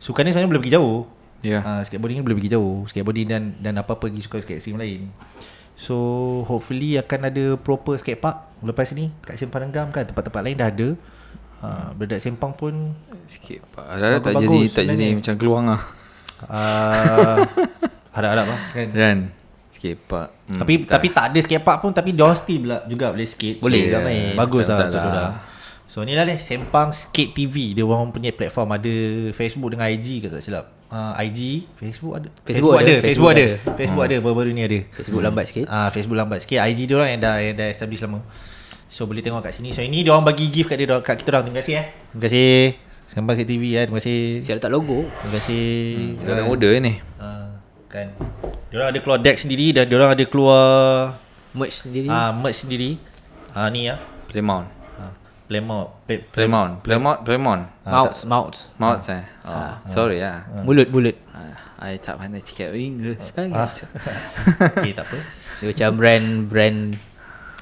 Speaker 2: sukan ni sebenarnya boleh pergi jauh
Speaker 1: Ya.
Speaker 2: Ah, skateboarding ni boleh pergi jauh skateboarding dan dan apa-apa pergi suka skate extreme lain so hopefully akan ada proper skate park lepas ni kat Simpang Renggam kan tempat-tempat lain dah ada uh, Bedak Sempang pun
Speaker 1: Sikit pak. Dah tak jadi
Speaker 2: Bagus-bagus
Speaker 1: tak jadi
Speaker 2: sebenarnya.
Speaker 1: macam keluang ah.
Speaker 2: uh, harap-harap lah kan
Speaker 1: Kan. Sikit pak.
Speaker 2: hmm, tapi tak. tapi tak ada skate park pun tapi dia orang still pula juga boleh skate
Speaker 4: Boleh juga
Speaker 2: yeah.
Speaker 4: main.
Speaker 2: bagus
Speaker 1: Tak
Speaker 2: lah tu
Speaker 1: masalah.
Speaker 2: dah so ni lah ni Sempang Skate TV dia orang punya platform ada Facebook dengan IG ke tak silap uh, IG Facebook ada
Speaker 4: Facebook ada,
Speaker 2: Facebook
Speaker 4: Facebook
Speaker 2: ada
Speaker 4: ada.
Speaker 2: Facebook ada baru-baru ni ada
Speaker 4: Facebook lambat sikit.
Speaker 2: Ah Facebook lambat sikit. IG dia orang yang dah yang dah establish lama. So boleh tengok kat sini. So ini dia orang bagi gift kat dia dorang- kat kita orang. Terima kasih eh. Terima kasih Sembang Sikit TV eh. Terima kasih.
Speaker 4: Sial tak logo.
Speaker 2: Terima kasih.
Speaker 1: Dia orang order ni.
Speaker 2: Ah, Hmm, ah, kan. Dia orang ada keluar deck sendiri dan dia orang ada keluar
Speaker 4: Merch sendiri.
Speaker 2: ah merch sendiri. Ah ni ah.
Speaker 1: Playmount.
Speaker 2: Ah Playmout. Pe-
Speaker 1: Playmount. Playmount. Playmount.
Speaker 4: Mouths, mouths.
Speaker 1: Mouth eh. Oh, sorry ah.
Speaker 4: Ah, Mulut, mulut.
Speaker 1: Ah, I tak pandai cakap Inggeris sangat.
Speaker 2: okay, tak apa.
Speaker 4: Dia macam brand brand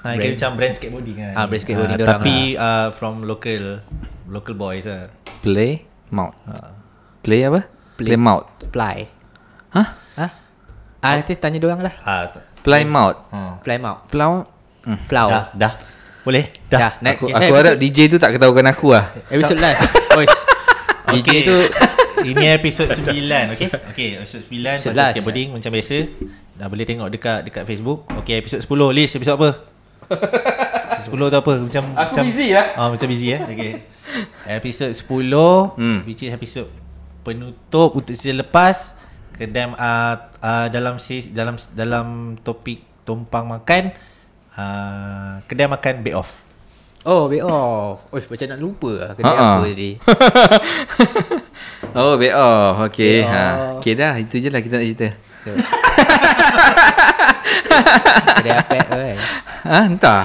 Speaker 2: Ah, kira macam brand skateboarding kan.
Speaker 4: Ah, brand skateboarding dia orang
Speaker 2: Tapi ah, from local local boys ah.
Speaker 1: Play mouth. Play apa? Play mouth.
Speaker 4: ply.
Speaker 1: Hah?
Speaker 4: Ha? Ah nanti tanya dia orang lah.
Speaker 2: Ah, t-
Speaker 1: Play mouth.
Speaker 2: ah.
Speaker 4: Ply mouth.
Speaker 1: Plow. Hmm.
Speaker 4: Plow.
Speaker 2: Dah, dah. Boleh? Ya,
Speaker 4: Dah. Next.
Speaker 1: Aku,
Speaker 4: Eh,
Speaker 1: aku harap DJ tu tak ketahukan aku lah.
Speaker 4: Episode last. Oi. DJ
Speaker 2: Okay.
Speaker 4: tu
Speaker 2: Ini episod 9 Okay Okay episod 9 Pasal
Speaker 4: Sebelas.
Speaker 2: skateboarding Macam biasa Dah boleh tengok dekat dekat Facebook Okay episod 10 Liz episod apa? 10 tu apa? Macam Aku macam, busy lah ah, Macam busy eh Okay Episod 10 hmm. Which is episod Penutup Untuk season lepas Kedai uh, uh, dalam sis, dalam dalam topik tumpang makan uh, kedai makan bake off.
Speaker 4: Oh, be off. Oi, macam nak lupa lah kedai
Speaker 1: Ha-ha.
Speaker 4: apa tadi.
Speaker 1: oh, back off. Okay. Ha. Okay dah. Itu je lah kita nak cerita.
Speaker 4: Kedai apa kan?
Speaker 1: Ha, entah.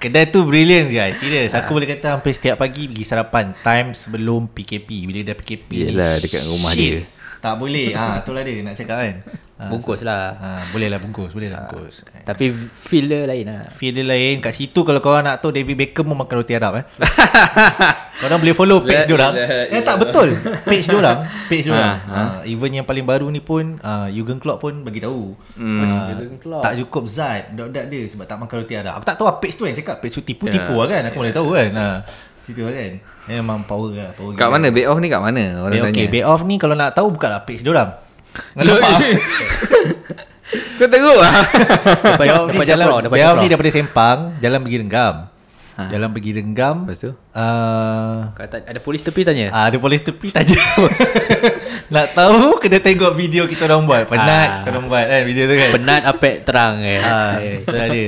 Speaker 2: Kedai tu brilliant guys Serius Aku boleh kata hampir setiap pagi Pergi sarapan Time sebelum PKP Bila dah PKP ni,
Speaker 1: Yelah, dekat rumah dia.
Speaker 2: Tak boleh ha, Itulah dia nak cakap kan ha,
Speaker 4: Bungkus lah.
Speaker 2: ha, Boleh lah bungkus Boleh lah bungkus
Speaker 4: Tapi feel dia lain lah.
Speaker 2: Feel dia lain Kat situ kalau korang nak tahu David Beckham pun makan roti Arab eh Korang boleh follow
Speaker 1: La
Speaker 2: page diorang
Speaker 1: ilaha
Speaker 2: Eh tak betul Page diorang Page diorang
Speaker 1: Ah,
Speaker 2: ha, Even yang paling baru ni pun uh, Jurgen Klopp pun bagi tahu
Speaker 1: Hmm.
Speaker 2: Ah, Tak cukup zat Budak-budak dia Sebab tak makan roti Arab Aku tak tahu lah page tu kan Cakap page tu tipu-tipu
Speaker 1: Ya.
Speaker 2: lah kan Aku mana tahu kan ha, Situ lah kan Memang power lah power
Speaker 1: Kat mana? Back off ni kat mana? Orang
Speaker 2: Bay,
Speaker 1: tanya.
Speaker 2: okay, Bay Off ni kalau nak tahu bukanlah page diorang.
Speaker 1: Loh,
Speaker 2: Nampak?
Speaker 1: Kau teruk lah.
Speaker 4: Dapat
Speaker 2: Bay Off ni
Speaker 4: dapat
Speaker 2: jalan
Speaker 4: jalan, dapat
Speaker 2: Bay Off ni
Speaker 4: jalan.
Speaker 2: daripada Sempang, jalan pergi Renggam.
Speaker 1: Ah.
Speaker 2: Jalan pergi Renggam.
Speaker 1: Lepas tu?
Speaker 2: Uh,
Speaker 4: Kalau tak- ada polis tepi tanya.
Speaker 2: Ah, ada polis tepi tak jauh. Nak tahu kena tengok video kita orang buat. Penat
Speaker 4: Ah.
Speaker 2: kita orang buat kan video tu kan.
Speaker 4: Penat apek terang eh.
Speaker 2: Ah, itulah dia.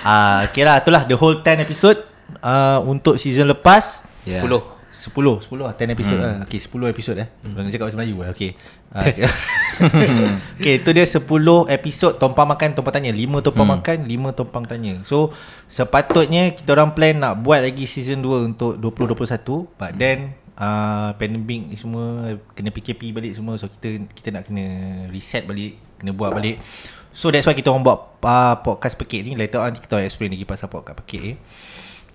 Speaker 2: Ah, okay lah, itulah the whole 10 episode uh, untuk season lepas.
Speaker 1: Yeah.
Speaker 2: 10. 10 10 lah 10 episod hmm. lah Okay 10 episod eh hmm. Orang cakap bahasa Melayu lah Okay Ah, okay. okay itu dia 10 episod Tompang makan Tompang tanya 5 tompang hmm. makan 5 tompang tanya So sepatutnya Kita orang plan nak buat lagi Season 2 untuk 2021 But then uh, Pandemic ni semua Kena PKP balik semua So kita kita nak kena Reset balik Kena buat balik So that's why kita orang buat uh, Podcast pekik ni Later on kita orang explain lagi Pasal podcast pekik ni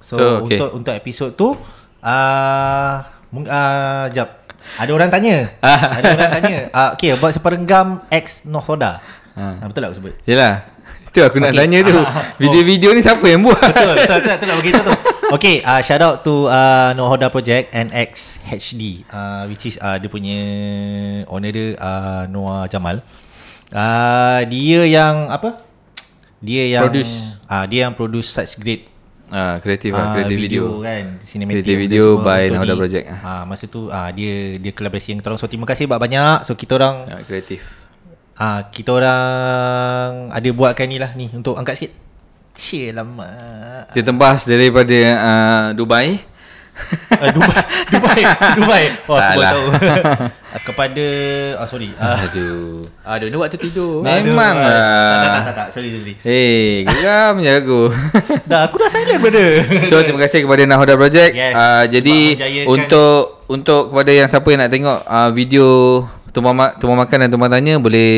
Speaker 2: So, so
Speaker 1: So,
Speaker 2: okay.
Speaker 1: okay.
Speaker 2: untuk untuk episod tu ah uh, uh, jap. Ada orang tanya. ada orang tanya. Uh, okay, about seperenggam ex Nohoda. Ha. betul tak aku sebut?
Speaker 1: Yelah Itu aku nak
Speaker 2: Okay.
Speaker 1: tanya tu
Speaker 2: Ah,
Speaker 1: Video-video ni siapa yang buat
Speaker 2: Betul, betul, betul, betul, begitu tu. Okay, uh, shout out to uh, Nohoda Project and X HD uh, which is uh, dia punya owner dia uh, Noah Jamal. Uh, dia yang apa? Dia yang
Speaker 4: Produce.
Speaker 2: Uh, dia yang produce such great
Speaker 1: Ah, kreatif lah,
Speaker 2: Ah,
Speaker 1: kreatif video.
Speaker 2: kan cinematic
Speaker 1: Kreatif
Speaker 2: benda
Speaker 1: video
Speaker 2: semua.
Speaker 1: by
Speaker 2: Untuk
Speaker 1: Nahoda
Speaker 2: ni,
Speaker 1: Project.
Speaker 2: ah masa tu ah dia dia collaborasi dengan kita orang so terima kasih banyak-banyak so kita orang
Speaker 1: Sangat kreatif.
Speaker 2: ah kita orang ada buatkan ni lah ni untuk angkat sikit Cie lama
Speaker 1: Dia tembas daripada uh, Dubai.
Speaker 2: uh, Dubai Dubai Dubai Oh
Speaker 1: Tak
Speaker 2: aku baru
Speaker 1: lah.
Speaker 2: tahu Ah, Kepada ah sorry ah,
Speaker 1: Aduh.
Speaker 4: Aduh, ni waktu tidur.
Speaker 1: Memang
Speaker 2: aduh, ah, tak, tak
Speaker 1: lah.
Speaker 2: tak tak sorry sorry
Speaker 1: Eh, geram je aku.
Speaker 2: Dah aku dah silent brother
Speaker 1: So terima kasih kepada Nahoda Project.
Speaker 2: Yes,
Speaker 1: Ah,
Speaker 2: sebab
Speaker 1: jadi
Speaker 2: menjayakan-
Speaker 1: untuk untuk kepada yang siapa yang nak tengok uh, video tumpang, ma- tumpang makan dan tumpang tanya boleh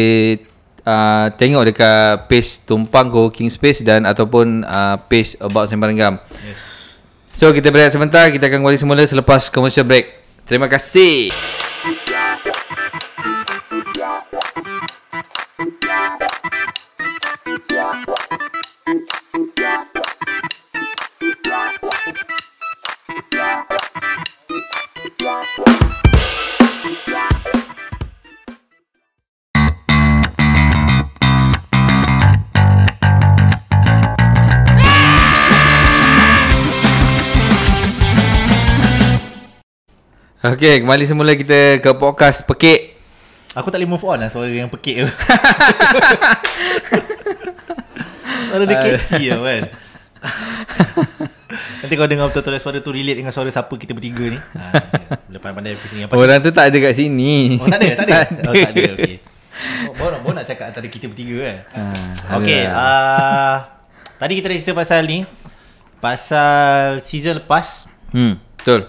Speaker 1: uh, tengok dekat page tumpang Go King Space dan ataupun uh, page about Sembarang Gam.
Speaker 2: Yes
Speaker 1: So kita berehat sebentar Kita akan kembali semula selepas commercial break Terima kasih Okay kembali semula kita ke podcast Pekik
Speaker 2: Aku tak boleh move on lah suara yang pekik tu. suara
Speaker 1: Ah.
Speaker 2: dia catchy lah kan. Nanti kau dengar betul-betul suara tu relate dengan suara siapa kita bertiga ni. Ha, boleh pandai-pandai pergi sini. Apa oh,
Speaker 1: Orang tu tak ada kat sini
Speaker 2: oh, tak ada? Tak ada?
Speaker 1: Tak
Speaker 2: Oh, tak ada.
Speaker 1: ada.
Speaker 2: Okay. Oh, baru, nak- baru nak cakap antara kita bertiga kan.
Speaker 1: Ah,
Speaker 2: okay.
Speaker 1: ada lah.
Speaker 2: Uh, tadi kita dah cerita pasal ni. Pasal season lepas.
Speaker 1: Hmm Betul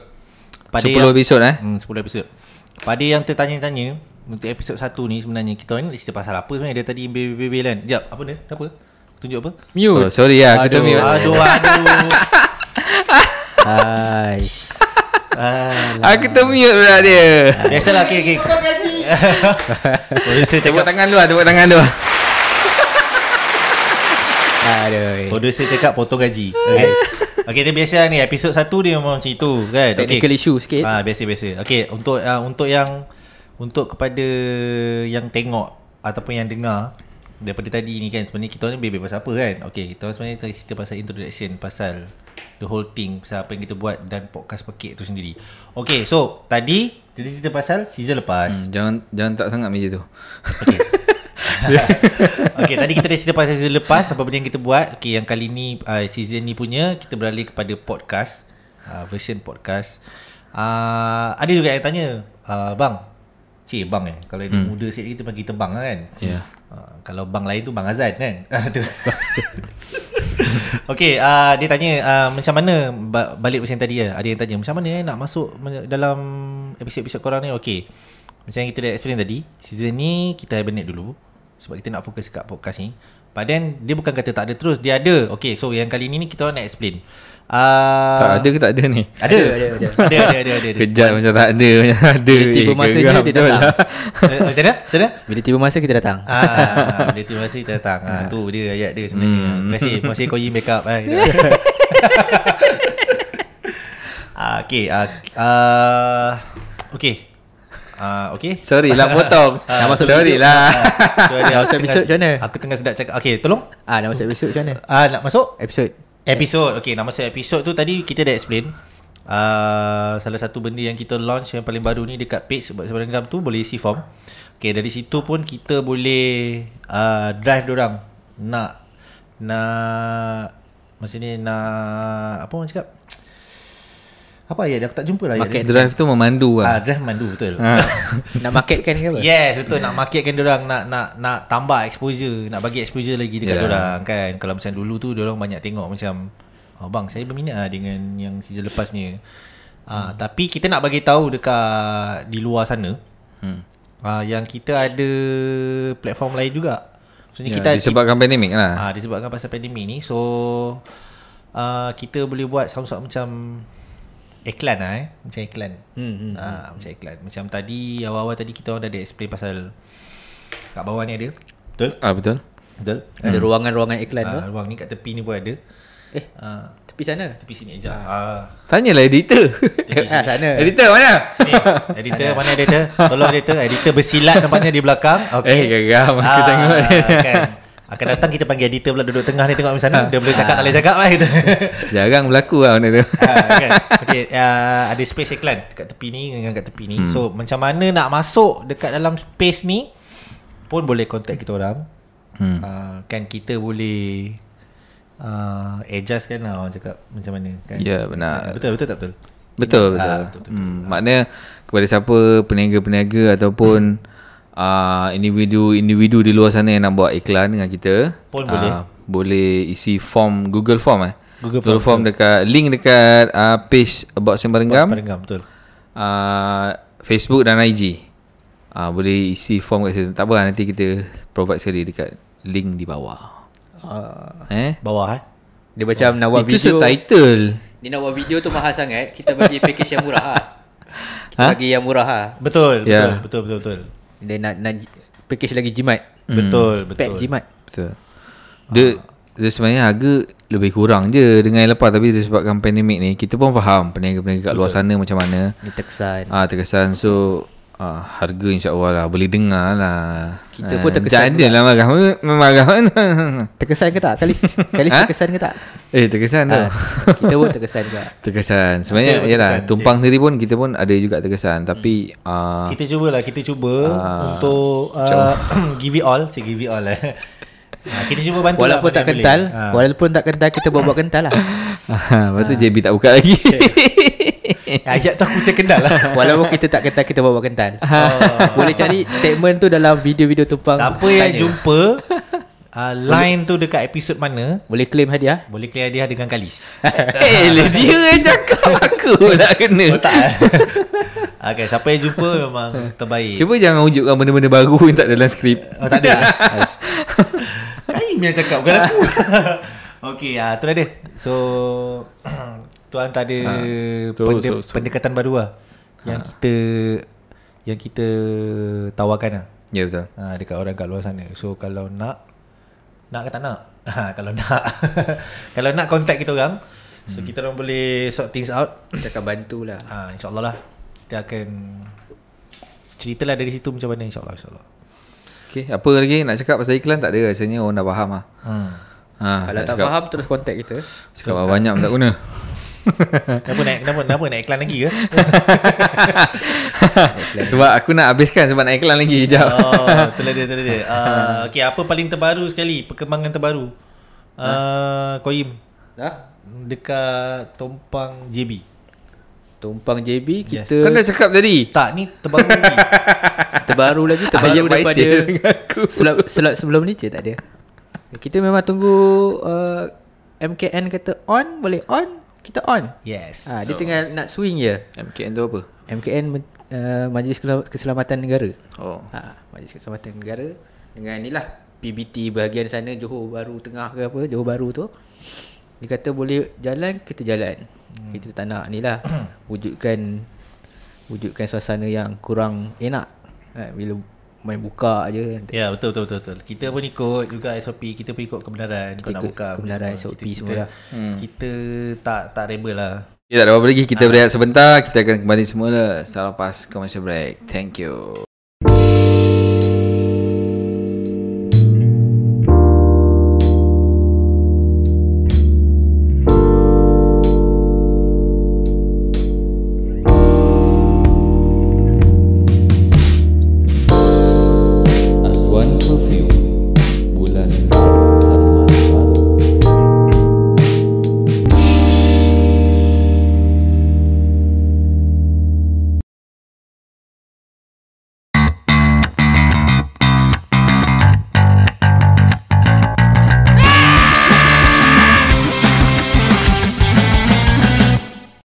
Speaker 2: Pada
Speaker 1: 10
Speaker 2: yang-
Speaker 1: episod eh
Speaker 2: Hmm, 10 episod. Pada yang tertanya-tanya untuk episod 1 ni sebenarnya kita orang ni nak cerita pasal apa sebenarnya dia tadi bebel kan. Jap, apa dia? Apa? Tunjuk apa?
Speaker 4: Mute.
Speaker 1: Oh, sorry lah, kita
Speaker 4: Aduh.
Speaker 1: mute.
Speaker 2: Aduh, aduh.
Speaker 4: Hai.
Speaker 2: Ah,
Speaker 1: Aku termute pula dia
Speaker 2: Biasalah, okay, okay. Producer
Speaker 1: Tepuk
Speaker 2: cakap,
Speaker 1: tangan lu lah Tepuk tangan lu lah
Speaker 4: Aduh.
Speaker 2: producer cakap potong gaji. Okay. Okay, dia biasa ni episod 1 dia memang macam itu kan.
Speaker 4: Technical
Speaker 2: okay.
Speaker 4: issue sikit.
Speaker 2: Ah, biasa-biasa. Okay, untuk uh, untuk yang untuk kepada yang tengok ataupun yang dengar daripada tadi ni kan sebenarnya kita ni bebek pasal apa kan? Okay, kita orang sebenarnya tadi cerita pasal introduction pasal the whole thing pasal apa yang kita buat dan podcast pekik tu sendiri. Okay, so tadi kita cerita pasal season lepas.
Speaker 1: Hmm, Jangan jangan tak sangat meja tu
Speaker 2: okay, tadi kita dah cerita pasal season lepas apa benda yang kita buat. Okay, yang kali ni uh, season ni punya kita beralih kepada podcast, uh, version podcast. Uh, ada juga yang tanya, uh, bang. Cik, bang eh. Kalau yang hmm. muda sikit kita panggil kita bang lah kan.
Speaker 1: Ya.
Speaker 2: Uh, kalau bang lain tu bang Azan kan. Ah, tu. okay, uh, dia tanya uh, macam mana ba- balik macam tadi ya. Ada yang tanya macam mana eh, nak masuk men- dalam episod-episod korang ni. Okay. Macam yang kita dah explain tadi, season ni kita hibernate dulu sebab kita nak fokus kat podcast ni. But then dia bukan kata tak ada terus, dia ada. Okay, so yang kali ni ni kita orang nak explain. Uh,
Speaker 1: Tak ada ke tak ada ni
Speaker 2: Ada, ada, ada. Ada, ada, ada, ada. ada.
Speaker 1: Kejap macam tak ada Macam ada
Speaker 4: Bila tiba
Speaker 1: Eh,
Speaker 4: masanya
Speaker 1: geram
Speaker 4: dia
Speaker 1: betul
Speaker 4: datang.
Speaker 1: lah.
Speaker 2: Eh, Macam mana? Macam mana?
Speaker 4: Bila tiba masa kita datang.
Speaker 2: Ah, dia terima kasih datang. Ah, tu dia ayat dia sebenarnya.
Speaker 4: Hmm.
Speaker 2: Terima kasih. Terima kasih Koyi make up. Ah, gitu. ah okey. Ah, ah okey. Ah okey.
Speaker 1: Sorry lah potong
Speaker 4: Nak masuk
Speaker 1: Sorry
Speaker 4: video.
Speaker 1: lah
Speaker 2: So, ada- aku
Speaker 4: Nak masuk
Speaker 2: tengah-
Speaker 4: episode macam mana?
Speaker 2: Aku tengah sedap cakap. Okey, tolong.
Speaker 4: Ah, nak masuk episod macam mana?
Speaker 2: Ah nak masuk?
Speaker 4: Episod.
Speaker 2: Episod Okay nama saya episod tu Tadi kita dah explain uh, Salah satu benda yang kita launch Yang paling baru ni Dekat page Sebab Sebarang Gam tu Boleh isi form Okay dari situ pun ah, Kita boleh uh, Drive dorang Nak Nak Masa ni nak Apa orang cakap Apa ayat dia aku tak jumpa lah ayat
Speaker 1: Market drive tu memandu
Speaker 2: dia
Speaker 1: lah. Ah.
Speaker 2: ah, Drive mandu betul
Speaker 4: Nak marketkan ke apa?
Speaker 2: Yes betul nak marketkan dia orang nak nak nak tambah exposure, nak bagi exposure lagi
Speaker 1: Ya.
Speaker 2: dekat yeah. dia orang kan. Kalau macam dulu tu dia orang banyak tengok macam oh bang saya berminat lah dengan yang season lepas ni. Ah hmm. tapi kita nak bagi tahu dekat di luar sana. Hmm. Ah yang kita ada platform lain juga. Maksudnya
Speaker 1: Ya,
Speaker 2: yeah, kita
Speaker 1: disebabkan pandemik lah.
Speaker 2: Ah ha, disebabkan pasal pandemik ni. So uh, kita boleh buat sama-sama macam iklan lah eh. Macam iklan. Hmm, hmm, ha, macam iklan. Macam tadi awal-awal tadi kita orang dah ada explain pasal kat bawah ni ada. Betul?
Speaker 1: Ah betul.
Speaker 2: Betul.
Speaker 4: Ada
Speaker 1: Hmm.
Speaker 4: ruangan-ruangan iklan tu.
Speaker 2: Ha, ruang ni kat tepi ni pun ada.
Speaker 4: Eh,
Speaker 2: Ha,
Speaker 4: tepi sana.
Speaker 2: tepi sini aja. Ha.
Speaker 1: Tanyalah editor.
Speaker 2: Ah,
Speaker 4: Ha, sana.
Speaker 1: editor mana?
Speaker 2: Ni, editor mana editor? Tolong editor, editor bersilat nampaknya di belakang.
Speaker 1: Eh,
Speaker 2: Okey. Ah,
Speaker 1: geram aku tengok.
Speaker 2: kan. Akan datang kita panggil editor pula duduk tengah ni tengok macam mana. Dia boleh cakap tak boleh cakap lah kita.
Speaker 1: Jarang berlaku lah benda tu.
Speaker 2: Ah, kan? Okay, uh, ada space iklan dekat tepi ni dengan kat tepi ni. Hmm. So macam mana nak masuk dekat dalam space ni pun boleh contact kita orang. Hmm. Uh, kan kita boleh uh, adjust kan lah orang cakap macam mana kan.
Speaker 1: Ya, benar.
Speaker 2: Betul betul tak betul?
Speaker 1: Betul betul. Ha,
Speaker 2: Ah,
Speaker 1: betul, betul, hmm, Maknanya kepada siapa peniaga-peniaga ataupun uh, individu-individu di luar sana yang nak buat iklan dengan kita
Speaker 2: Pun
Speaker 1: ah,
Speaker 2: boleh.
Speaker 1: boleh isi form Google Form eh.
Speaker 2: Google
Speaker 1: Google Form dekat link dekat uh, page about Sembarenggam,
Speaker 2: Sebarang gam betul.
Speaker 1: uh, Facebook dan IG. Uh, boleh isi form kat situ. Tak apa lah, nanti kita provide sekali dekat link di bawah. eh?
Speaker 2: Bawah eh.
Speaker 4: Dia macam nak buat
Speaker 1: Itu
Speaker 4: video.
Speaker 1: subtitle.
Speaker 4: Dia nak buat video tu mahal sangat. Kita bagi package yang murah ah. Kita
Speaker 1: Ha?
Speaker 4: bagi yang murah ah.
Speaker 2: Betul,
Speaker 1: Ya.
Speaker 2: betul, betul, betul, betul.
Speaker 4: Dia nak nak j- package lagi jimat.
Speaker 2: Betul,
Speaker 4: Pack
Speaker 2: betul.
Speaker 4: jimat.
Speaker 1: Betul. Dia
Speaker 4: Ah.
Speaker 1: dia sebenarnya harga lebih kurang je dengan yang lepas tapi disebabkan pandemik ni kita pun faham peniaga-peniaga kat luar sana macam mana.
Speaker 4: Dia terkesan.
Speaker 1: Ah terkesan so ah, harga insya-Allah lah boleh dengar lah.
Speaker 4: Kita pun
Speaker 1: Jangan
Speaker 4: terkesan
Speaker 1: ada lah marah marah mana.
Speaker 4: Terkesan ke tak? Kali kali
Speaker 1: Ha?
Speaker 4: terkesan ke tak?
Speaker 1: Eh terkesan tu.
Speaker 4: Ha, kita pun terkesan juga.
Speaker 1: Terkesan. Sebenarnya
Speaker 2: Betul,
Speaker 1: yalah
Speaker 2: terkesan.
Speaker 1: tumpang sendiri pun kita pun ada juga terkesan tapi ah
Speaker 4: Hmm.
Speaker 2: Kita cubalah Kita cuba uh, Untuk uh, Give it all Cik give it all eh. Ah, Kita cuba bantu lah
Speaker 4: Walaupun
Speaker 2: mana
Speaker 4: tak
Speaker 2: yang
Speaker 4: kental,
Speaker 2: boleh. Ah.
Speaker 4: walaupun tak kental kita buat-buat kental lah.
Speaker 1: lepas
Speaker 4: Ah.
Speaker 1: tu JB tak buka lagi.
Speaker 2: Eh, Ayat tu aku macam kental lah
Speaker 4: Walaupun kita tak kental kita buat-buat kental.
Speaker 1: Ha.
Speaker 4: Boleh cari statement tu dalam video-video tumpang.
Speaker 2: Siapa yang
Speaker 4: tanya.
Speaker 2: jumpa uh, Line tu dekat episod mana
Speaker 4: Boleh claim hadiah.
Speaker 2: Boleh clear dia dengan kalis
Speaker 1: Eh, lah dia yang cakap aku lah kena.
Speaker 2: Oh tak eh? Okay siapa yang jumpa memang terbaik
Speaker 1: Cuba jangan wujudkan benda-benda baru yang tak dalam skrip.
Speaker 2: Oh tak ada eh? Karim yang cakap bukan aku Okay uh, tu dah dia So Tuan tak ada
Speaker 1: so-
Speaker 2: pende-
Speaker 1: so- so.
Speaker 2: pendekatan baru lah Yang kita Yang kita tawarkan lah
Speaker 1: Ya betul.
Speaker 2: ha, dekat orang kat luar sana. So kalau nak nak ke tak nak? Ha, kalau nak kalau nak contact kita orang. So hmm. kita orang boleh sort things out.
Speaker 4: Kita akan bantulah.
Speaker 2: Ha, InsyaAllah lah Kita akan Ceritalah dari situ macam mana InsyaAllah InsyaAllah
Speaker 1: Okey, apa lagi nak cakap pasal iklan tak ada rasanya orang dah faham ah.
Speaker 2: hmm.
Speaker 1: Ha,
Speaker 4: Kalau
Speaker 1: nak
Speaker 4: tak
Speaker 1: cakap,
Speaker 4: faham terus contact kita.
Speaker 1: cakap banyak pun tak guna.
Speaker 2: Kenapa naik kenapa, kenapa naik iklan lagi ke?
Speaker 1: sebab aku nak habiskan sebab nak iklan lagi jap.
Speaker 2: Oh Itulah dia Itulah dia uh, Okay apa paling terbaru sekali Perkembangan terbaru uh, Koyim
Speaker 4: Dah.
Speaker 2: Dekat Tompang JB
Speaker 4: Tumpang JB
Speaker 1: Kau
Speaker 4: kita
Speaker 1: Kan dah cakap tadi.
Speaker 2: Tak ni terbaru lagi
Speaker 4: terbaru lagi terbaru
Speaker 1: Ayam
Speaker 4: daripada
Speaker 1: baisel dengan aku.
Speaker 4: slot, slot sebelum ni je tak ada. Kita memang tunggu uh, MKN kata on boleh on kita on.
Speaker 2: Yes
Speaker 4: Ha, dia tengah nak swing je.
Speaker 1: MKN tu apa?
Speaker 4: MKN men- uh, Majlis Keselam- Keselamatan Negara.
Speaker 1: Oh.
Speaker 4: Ha, Majlis Keselamatan Negara dengan inilah PBT bahagian sana Johor Baru Tengah ke apa Johor Baru tu. Dia kata boleh jalan kita jalan. Hmm. Kita tak nak ni lah wujudkan wujudkan suasana yang kurang enak. Ha, bila main buka je kan.
Speaker 2: Ya betul betul betul betul. Kita pun ikut juga SOP, kita pun ikut kebenaran kita nak
Speaker 4: ikut
Speaker 2: buka apa
Speaker 4: kebenaran
Speaker 2: semua.
Speaker 4: SOP
Speaker 2: kita,
Speaker 4: semua
Speaker 2: kita,
Speaker 4: lah.
Speaker 2: hmm. kita tak tak rebel lah.
Speaker 1: Okay, Ya, tak ada apa lagi. Kita berehat sebentar. Kita akan kembali semula selepas commercial break. Thank you. Aswani Perfume Bulan Baru Arman Baru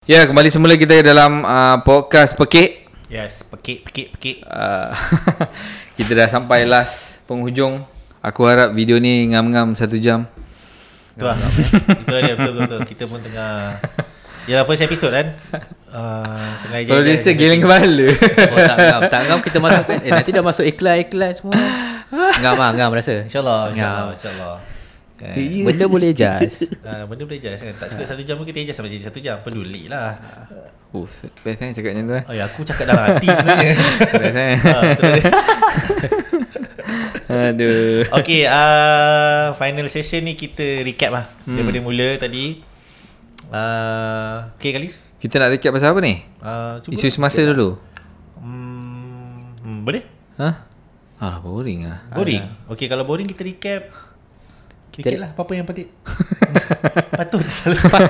Speaker 1: Ya, kembali semula kita dalam uh, podcast Pekik.
Speaker 2: Yes, pekik, pekik, pekik.
Speaker 1: Uh, kita dah sampai last penghujung. Aku harap video ni ngam-ngam satu jam.
Speaker 2: Tu lah. Itu dia betul, betul betul. Kita pun tengah Yalah first episode kan. Uh, tengah ejen-
Speaker 1: Producer
Speaker 2: ejen-
Speaker 1: giling kepala.
Speaker 4: Oh, tak ngam. Tak ngam kita masuk eh nanti dah masuk iklan-iklan semua. Ngam ah, ngam rasa.
Speaker 2: InsyaAllah, insyaAllah, insyaAllah. Kan.
Speaker 4: Benda boleh adjust.
Speaker 2: Ah, benda boleh adjust kan. Tak suka
Speaker 4: Ya.
Speaker 2: satu jam pun kita adjust sampai jadi satu jam. Peduli lah.
Speaker 1: Oh, best eh cakap macam tu eh.
Speaker 2: Oh ya, aku cakap dalam hati sebenarnya.
Speaker 1: Best eh.
Speaker 2: Ah, betul dia.
Speaker 1: Aduh.
Speaker 2: okay, uh, final session ni kita recap lah. Daripada mula tadi. Uh, okay, Kalis?
Speaker 1: Kita nak recap pasal apa ni?
Speaker 2: Uh, cuba.
Speaker 1: Isu semasa dulu.
Speaker 2: Hmm, hmm, boleh?
Speaker 1: Ha? Alah, boring ah.
Speaker 2: Boring? Okay, kalau boring kita recap. Kita lah apa-apa yang patut. patut. salah.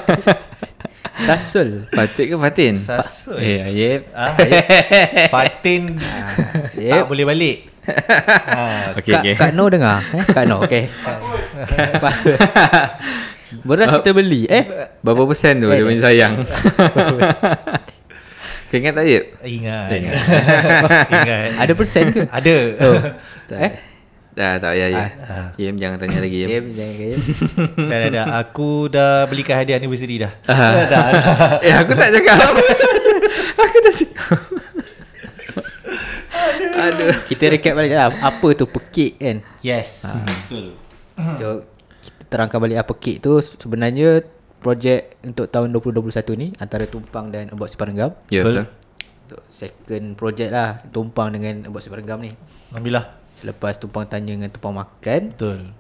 Speaker 4: Sasul.
Speaker 1: Patik ke Fatin?
Speaker 2: Sasul.
Speaker 1: Eh, ayep.
Speaker 2: Ah, Fatin tak boleh balik. ah,
Speaker 1: Okey,
Speaker 4: Kak,
Speaker 1: okey.
Speaker 4: Kak No dengar eh? Kak No okay. Beras kita beli Eh
Speaker 1: Berapa persen tu dia punya sayang? Kau ingat tak, Ayep?
Speaker 2: ingat.
Speaker 1: Ingat.
Speaker 2: ingat.
Speaker 4: Ada persen ke
Speaker 2: Ada.
Speaker 1: Tak.
Speaker 4: Eh?
Speaker 1: Dah, tak ya, payah, Ayep. Ayep, Ah, jangan tanya lagi, Ayep.
Speaker 4: Game jangan game
Speaker 2: dah, dah, dah. Aku dah belikan hadiah anniversary dah.
Speaker 1: Ah. Eh, aku tak cakap. aku tak cakap. Aduh.
Speaker 4: Kita recap balik lah Apa tu pekik kan
Speaker 2: Yes. Betul.
Speaker 4: So Kita terangkan balik apa pekik tu Sebenarnya Projek untuk tahun 2021 ni Antara Tumpang dan About Separenggam
Speaker 1: Ya, betul.
Speaker 4: Untuk second projek lah Tumpang dengan About Separenggam ni
Speaker 2: Alhamdulillah.
Speaker 4: Selepas Tumpang Tanya dengan Tumpang Makan
Speaker 2: Betul.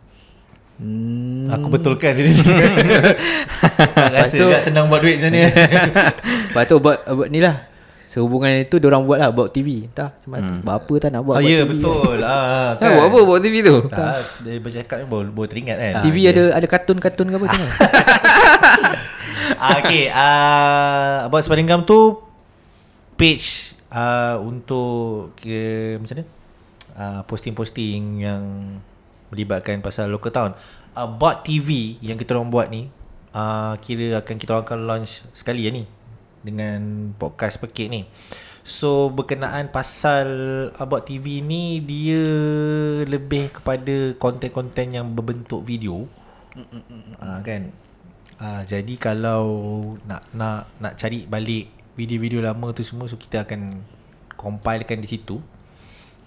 Speaker 4: hmm,
Speaker 2: Aku betulkan dia ni. Tak Rasa
Speaker 4: tu-
Speaker 2: tak senang buat duit macam ni.
Speaker 4: Lepas tu buat, buat ni lah Sehubungan itu orang buat lah About TV Entah macam hmm. Apa tak nak
Speaker 2: oh,
Speaker 4: buat buat
Speaker 2: ya
Speaker 4: TV
Speaker 2: betul. Ah,
Speaker 1: Tak Kan, buat apa buat TV tu?
Speaker 2: Tak, dia bercakap ni baru, baru teringat kan.
Speaker 4: TV ada ada kartun-kartun ke apa tengok
Speaker 2: Ah, okay, uh, about Sparingam tu page uh, untuk kira macam mana? Uh, posting-posting yang melibatkan pasal local town. Ah, About TV yang kita orang buat ni, uh, kira akan kita orang akan launch sekali ya ni dengan podcast Pekik ni. So berkenaan pasal ah, About TV ni dia lebih kepada konten-konten yang berbentuk video. Ah kan. Ah jadi kalau nak nak nak cari balik video-video lama tu semua so kita akan compilekan di situ.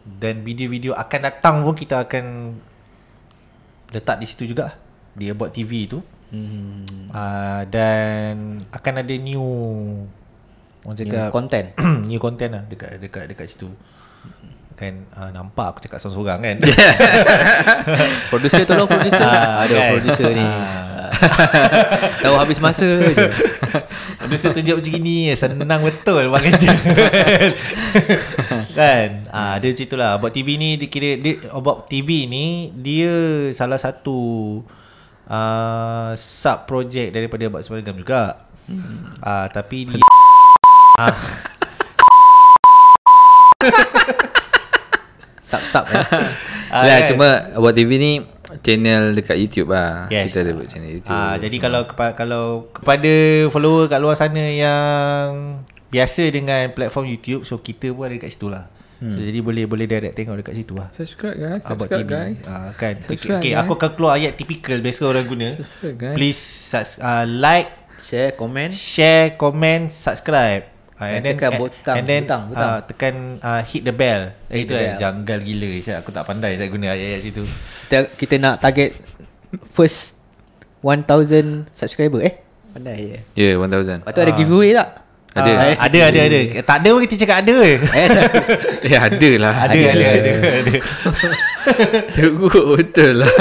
Speaker 2: Dan video-video akan datang pun kita akan letak di situ juga di about TV tu. Hmm. Ah dan akan ada new orang
Speaker 4: New
Speaker 2: cakap
Speaker 4: content
Speaker 2: new content lah dekat dekat dekat situ. Kan ah, nampak aku cakap sorang-sorang kan.
Speaker 4: Producer tolong producer
Speaker 2: Ah,
Speaker 4: Ada
Speaker 2: kan?
Speaker 4: producer ni
Speaker 2: Ah.
Speaker 4: Tahu habis masa je
Speaker 2: Producer tunjuk macam gini Senang betul buat kerja Kan ah, Dia macam itulah About TV ni dia kira dia, About TV ni Dia salah satu uh, Sub project daripada About Semaragam juga hmm. ah, Tapi dia
Speaker 4: Sub-sub eh.
Speaker 2: Ah,
Speaker 1: lah
Speaker 2: kan?
Speaker 1: cuma buat TV ni channel dekat YouTube lah.
Speaker 2: Yes.
Speaker 1: Kita ada buat channel YouTube.
Speaker 2: Ah, jadi kalau kepa- kalau kepada follower kat luar sana yang biasa dengan platform YouTube, so kita pun ada dekat situ lah. Hmm. So, jadi boleh boleh direct tengok dekat situ lah.
Speaker 1: subscribe guys,
Speaker 2: Abang
Speaker 1: subscribe
Speaker 2: TV
Speaker 1: guys.
Speaker 2: uh, kan okay,
Speaker 1: Subscribe,
Speaker 2: okay,
Speaker 1: guys.
Speaker 2: aku akan keluar ayat typical biasa orang guna
Speaker 1: Subscribe guys.
Speaker 2: please subs- uh, like
Speaker 4: Share, komen
Speaker 2: share comment subscribe uh,
Speaker 4: Eh, tekan butang,
Speaker 2: and then
Speaker 4: butang, butang.
Speaker 2: Uh, tekan uh, hit the bell hit itu
Speaker 4: the
Speaker 2: kan
Speaker 4: bell.
Speaker 2: janggal gila saya aku tak pandai saya guna ayat-ayat situ
Speaker 4: kita, kita nak target First 1000 subscriber Eh Pandai Ah. je
Speaker 1: Ya, yeah, 1000.
Speaker 4: Lepas tu ada giveaway tak? Ah.
Speaker 1: Ada.
Speaker 2: uh, ada ada ada tak ada pun kita cakap ada je.
Speaker 4: Eh,
Speaker 1: Eh, ada lah.
Speaker 2: ada ada ada, ada.
Speaker 1: Teruk betul lah.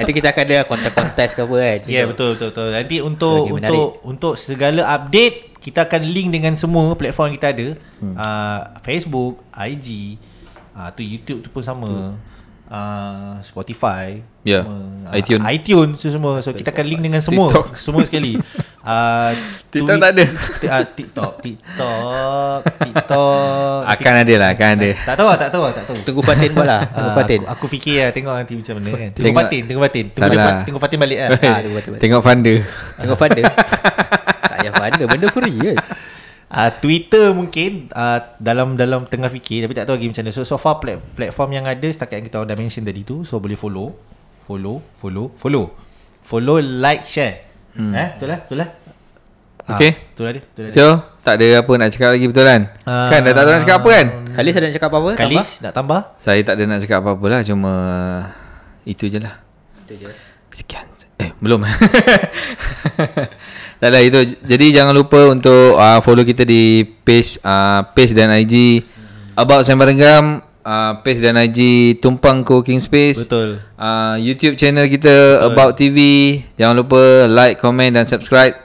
Speaker 4: nanti kita akan ada kontes-kontes ke apa kan
Speaker 2: Ya yeah, betul betul betul. Nanti untuk
Speaker 4: Lagi menarik.
Speaker 2: untuk untuk segala update kita akan link dengan semua platform kita ada. Hmm. Uh, Facebook, IG, uh, tu YouTube tu pun sama. Uh, Spotify,
Speaker 1: Hmm. Ya,
Speaker 2: semua.
Speaker 1: iTunes.
Speaker 2: Uh, iTunes tu semua. So kita akan link dengan semua
Speaker 1: TikTok.
Speaker 2: semua sekali. Uh,
Speaker 1: TikTok tak ada.
Speaker 2: Uh, TikTok, TikTok, TikTok.
Speaker 1: akan ada lah, akan ada.
Speaker 2: Tak tahu lah, tak tahu lah, tak tahu.
Speaker 4: Tunggu Fatin buat lah Tunggu
Speaker 2: Ah,
Speaker 4: Fatin
Speaker 2: aku, aku fikir lah Tengok nanti macam mana kan Tengok
Speaker 1: Tengok-
Speaker 2: Fatin Tengok Fatin Tengok, dia
Speaker 1: Salah.
Speaker 2: Fat- tengok Fatin balik lah
Speaker 4: Ah, tunggu Fatin
Speaker 1: Tengok funder.
Speaker 4: Tengok funder Tak payah Mana benda free kan
Speaker 2: Uh, Twitter mungkin uh, dalam dalam tengah fikir tapi tak tahu lagi macam mana. So so far plat, platform yang ada setakat yang kita dah mention tadi tu so boleh follow, follow, follow, follow. Follow, like, share. Hmm. Eh, betul lah, betul lah.
Speaker 1: Okay.
Speaker 2: Ah, betul lah dia, betul lah dia.
Speaker 1: So tak ada apa nak cakap lagi betul kan
Speaker 2: Ah.
Speaker 1: Kan dah tak tahu nak cakap apa kan
Speaker 4: Khalis ada nak cakap apa-apa
Speaker 2: Kalis nak tambah?
Speaker 1: Saya tak ada nak cakap apa-apa lah Cuma Itu je lah Itu je Sekian Eh belum Tak lah itu Jadi jangan lupa untuk uh, Follow kita di Page uh, Page dan IG About Sembarang Gam uh, Page dan IG Tumpang Cooking Space
Speaker 2: Betul.
Speaker 1: uh, YouTube channel kita About TV Jangan lupa Like, comment dan subscribe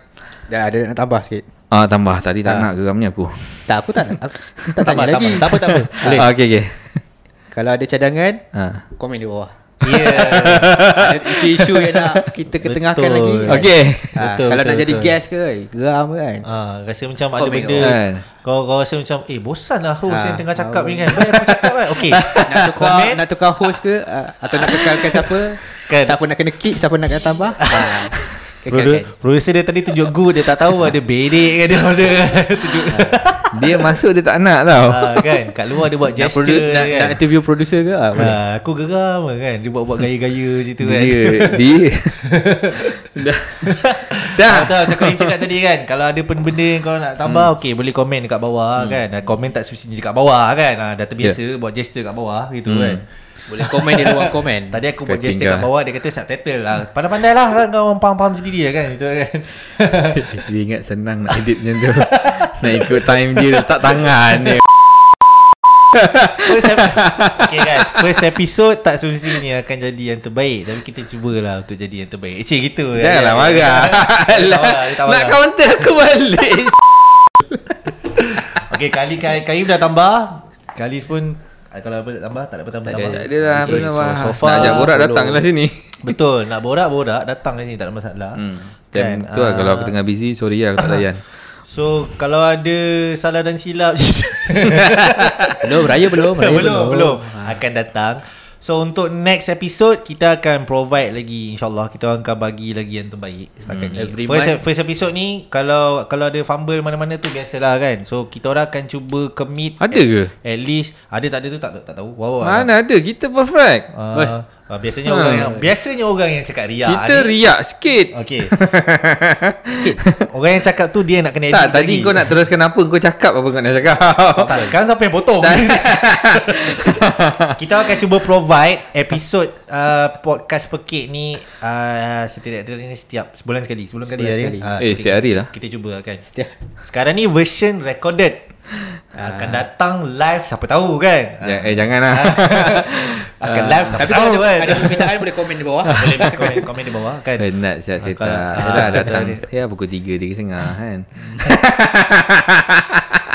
Speaker 4: Dah ada nak tambah sikit
Speaker 1: Ah uh, tambah tadi tak nak geramnya aku.
Speaker 4: Tak aku tak nak aku Tak
Speaker 2: Tambah,
Speaker 4: tanya lagi
Speaker 2: tambah. Tak apa, tak apa. Boleh.
Speaker 1: Ah, Okey okey.
Speaker 4: Kalau ada cadangan
Speaker 1: Ah.
Speaker 4: Komen di bawah
Speaker 2: Yeah.
Speaker 4: Ada isu-isu yang nak kita ketengahkan
Speaker 2: Betul.
Speaker 4: lagi kan?
Speaker 1: Okey.
Speaker 4: Ah,
Speaker 2: Betul,
Speaker 4: Kalau nak
Speaker 2: betul,
Speaker 4: jadi
Speaker 2: betul.
Speaker 4: guest ke Geram ke kan
Speaker 2: Ah, rasa macam
Speaker 4: Kau
Speaker 2: ada
Speaker 4: make
Speaker 2: benda
Speaker 1: Kan.
Speaker 2: kau kau rasa macam eh bosan lah host
Speaker 4: Ah,
Speaker 2: yang tengah cakap ni kan. Banyak aku cakap kan. Okey.
Speaker 4: Nak tukar
Speaker 2: Komen.
Speaker 4: Nak tukar host ke Ah, Atau nak kekalkan siapa
Speaker 2: Kan.
Speaker 4: Siapa nak kena kick Siapa nak kena tambah Ah,
Speaker 2: Produ-
Speaker 4: Kekalkan
Speaker 2: Producer dia tadi tunjuk gua dia tak tahu ada bedek ke dia ada tunjuk.
Speaker 1: Dia masuk dia tak nak tau.
Speaker 2: Ah, kan kat luar dia buat
Speaker 4: Nak, produ-
Speaker 2: gesture
Speaker 4: nak,
Speaker 2: kan.
Speaker 4: nak interview producer ke ah, boleh.
Speaker 2: Ah, aku geram lah kan Dia buat-buat gaya-gaya macam
Speaker 4: Ya.
Speaker 2: tu kan
Speaker 1: Dia dia.
Speaker 2: Dah
Speaker 1: Dah.
Speaker 2: Tahu macam kau yang Ah, cakap tadi kan Kalau ada pun benda yang kau nak tambah
Speaker 4: Hmm.
Speaker 2: Okay boleh komen dekat bawah kan Ah, Komen tak semestinya dekat bawah kan Ah, Dah terbiasa
Speaker 4: Ya.
Speaker 2: buat gesture kat bawah gitu
Speaker 4: Hmm.
Speaker 2: kan
Speaker 4: Boleh komen di ruang komen
Speaker 2: Tadi aku buat
Speaker 1: Kau
Speaker 2: gesture
Speaker 1: tinggal.
Speaker 2: kat bawah Dia kata subtitle lah Pandai-pandai lah kan Kau orang faham-faham sendiri lah kan Gitu kan
Speaker 1: dia ingat senang nak edit macam tu. nak ikut time dia letak tangan dia.
Speaker 2: First episode Okay guys First episode tak semestinya akan jadi yang terbaik Tapi kita cubalah untuk jadi yang terbaik Cik gitu kan.
Speaker 1: Janganlah lah, marah.
Speaker 2: Dia tak
Speaker 1: Alah,
Speaker 2: marah, dia tak
Speaker 1: nak
Speaker 2: lah. marah.
Speaker 1: counter aku balik.
Speaker 2: Okay kali Kai- Kaim dah tambah Kalis pun ah, kalau apa nak tambah tak ada apa tambah.
Speaker 4: ada,
Speaker 1: tak ada lah apa
Speaker 2: Okay,
Speaker 1: nak
Speaker 2: so-
Speaker 1: bahas.
Speaker 2: so
Speaker 1: Nak
Speaker 2: far,
Speaker 1: ajak borak
Speaker 2: follow.
Speaker 1: datanglah sini.
Speaker 2: Betul, nak borak-borak datang sini tak ada masalah. Hmm.
Speaker 1: Time tu lah kalau
Speaker 2: ah.
Speaker 1: aku tengah busy sorry lah aku tak layan.
Speaker 2: So kalau ada salah dan silap
Speaker 4: Belum raya belum raya
Speaker 2: belum, belum, belum. Ah. Akan datang. So untuk next episode kita akan provide lagi insyaallah kita akan bagi lagi yang terbaik setakat hmm. ni.
Speaker 4: Every
Speaker 2: first
Speaker 4: month.
Speaker 2: first episode ni kalau kalau ada fumble mana-mana tu biasalah kan. So kita orang akan cuba commit
Speaker 1: Ada ke?
Speaker 2: at least ada tak ada tu tak tak, tak tahu. Wow.
Speaker 1: Mana ada kita perfect.
Speaker 2: Uh, uh, biasanya orang yang biasanya orang yang cakap riak
Speaker 1: Kita
Speaker 2: ya, ni. Ah.
Speaker 1: riak sikit.
Speaker 2: Okey. orang yang cakap tu dia nak kena edit
Speaker 1: Tak, tadi kau nak teruskan apa kau cakap apa kau nak cakap.
Speaker 2: tak, Oh, sekarang siapa yang potong? kita akan cuba provide episod uh, podcast pekik ni uh, setidak-tidaknya ni setiap sebulan sekali. Sebulan sekali.
Speaker 4: Sebulan
Speaker 2: hari
Speaker 4: sekali.
Speaker 2: kan? Ah,
Speaker 1: Eh,
Speaker 2: kita-
Speaker 1: setiap hari lah.
Speaker 2: Kita cuba kan.
Speaker 4: Setiap-
Speaker 2: Sekarang ni version recorded. Akan datang live siapa tahu kan.
Speaker 1: Ya, Ah. eh janganlah.
Speaker 2: Akan live siapa
Speaker 4: Tapi
Speaker 2: tahu
Speaker 4: kalau
Speaker 2: kan.
Speaker 4: ada permintaan boleh komen di bawah
Speaker 2: Boleh komen, komen di bawah kan.
Speaker 1: Penat siap saya tak.
Speaker 2: Kalau- Ah,
Speaker 1: Dah
Speaker 2: betul
Speaker 1: datang.
Speaker 2: dia.
Speaker 1: Ya pukul 3, 3 setengah kan.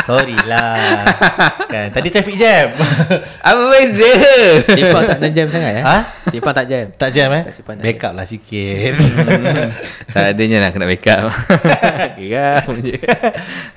Speaker 2: Sorry lah kan, Tadi traffic jam
Speaker 1: Apa beza?
Speaker 4: Sipang tak nak jam sangat eh
Speaker 2: Ha?
Speaker 4: Sipang tak jam
Speaker 2: Tak jam eh
Speaker 4: Tak simpan, tak
Speaker 2: Backup lah sikit
Speaker 1: tak adanya lah kena backup. Geram je.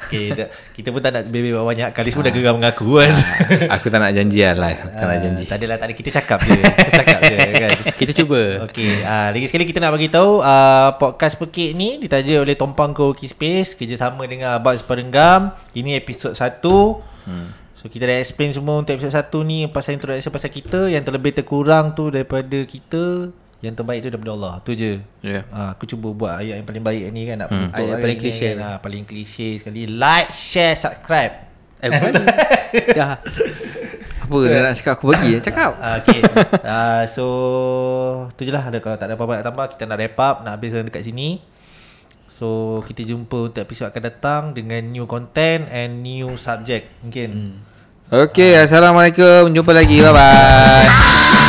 Speaker 2: Okay dah. Kita pun tak nak bebek banyak Kalis pun dah geram dengan aku kan
Speaker 1: Aku tak nak janji lah live. Aku tak nak Ah,
Speaker 2: Ah,
Speaker 1: janji.
Speaker 2: Tak adalah tak ada Kita cakap je Kita cakap je kan
Speaker 4: Kita cuba
Speaker 2: Okay uh, Lagi sekali kita nak bagi tahu uh, Podcast Pekik ni Ditaja oleh Tompang Go Space Kerjasama dengan Abad Seperenggam Ini episod 1 hmm. So kita dah explain semua Untuk episod 1 ni Pasal introduction pasal kita Yang terlebih terkurang tu Daripada kita Yang terbaik tu daripada Allah Tu je
Speaker 1: Ya.
Speaker 2: Ah, aku cuba buat ayat yang paling baik ni kan nak hmm.
Speaker 4: Ayat paling klise.
Speaker 2: lah, paling klise sekali. Like, share, subscribe.
Speaker 4: Eh bukan Dah
Speaker 1: Apa dia nak cakap aku bagi? Cakap.
Speaker 2: Ah, okay. Ah, so tu je lah ada kalau tak ada apa-apa nak tambah kita nak wrap up nak habiskan dekat sini. So kita jumpa untuk episod akan datang dengan new content and new subject mungkin. Hmm.
Speaker 1: Okay, Assalamualaikum. Jumpa lagi. Bye-bye.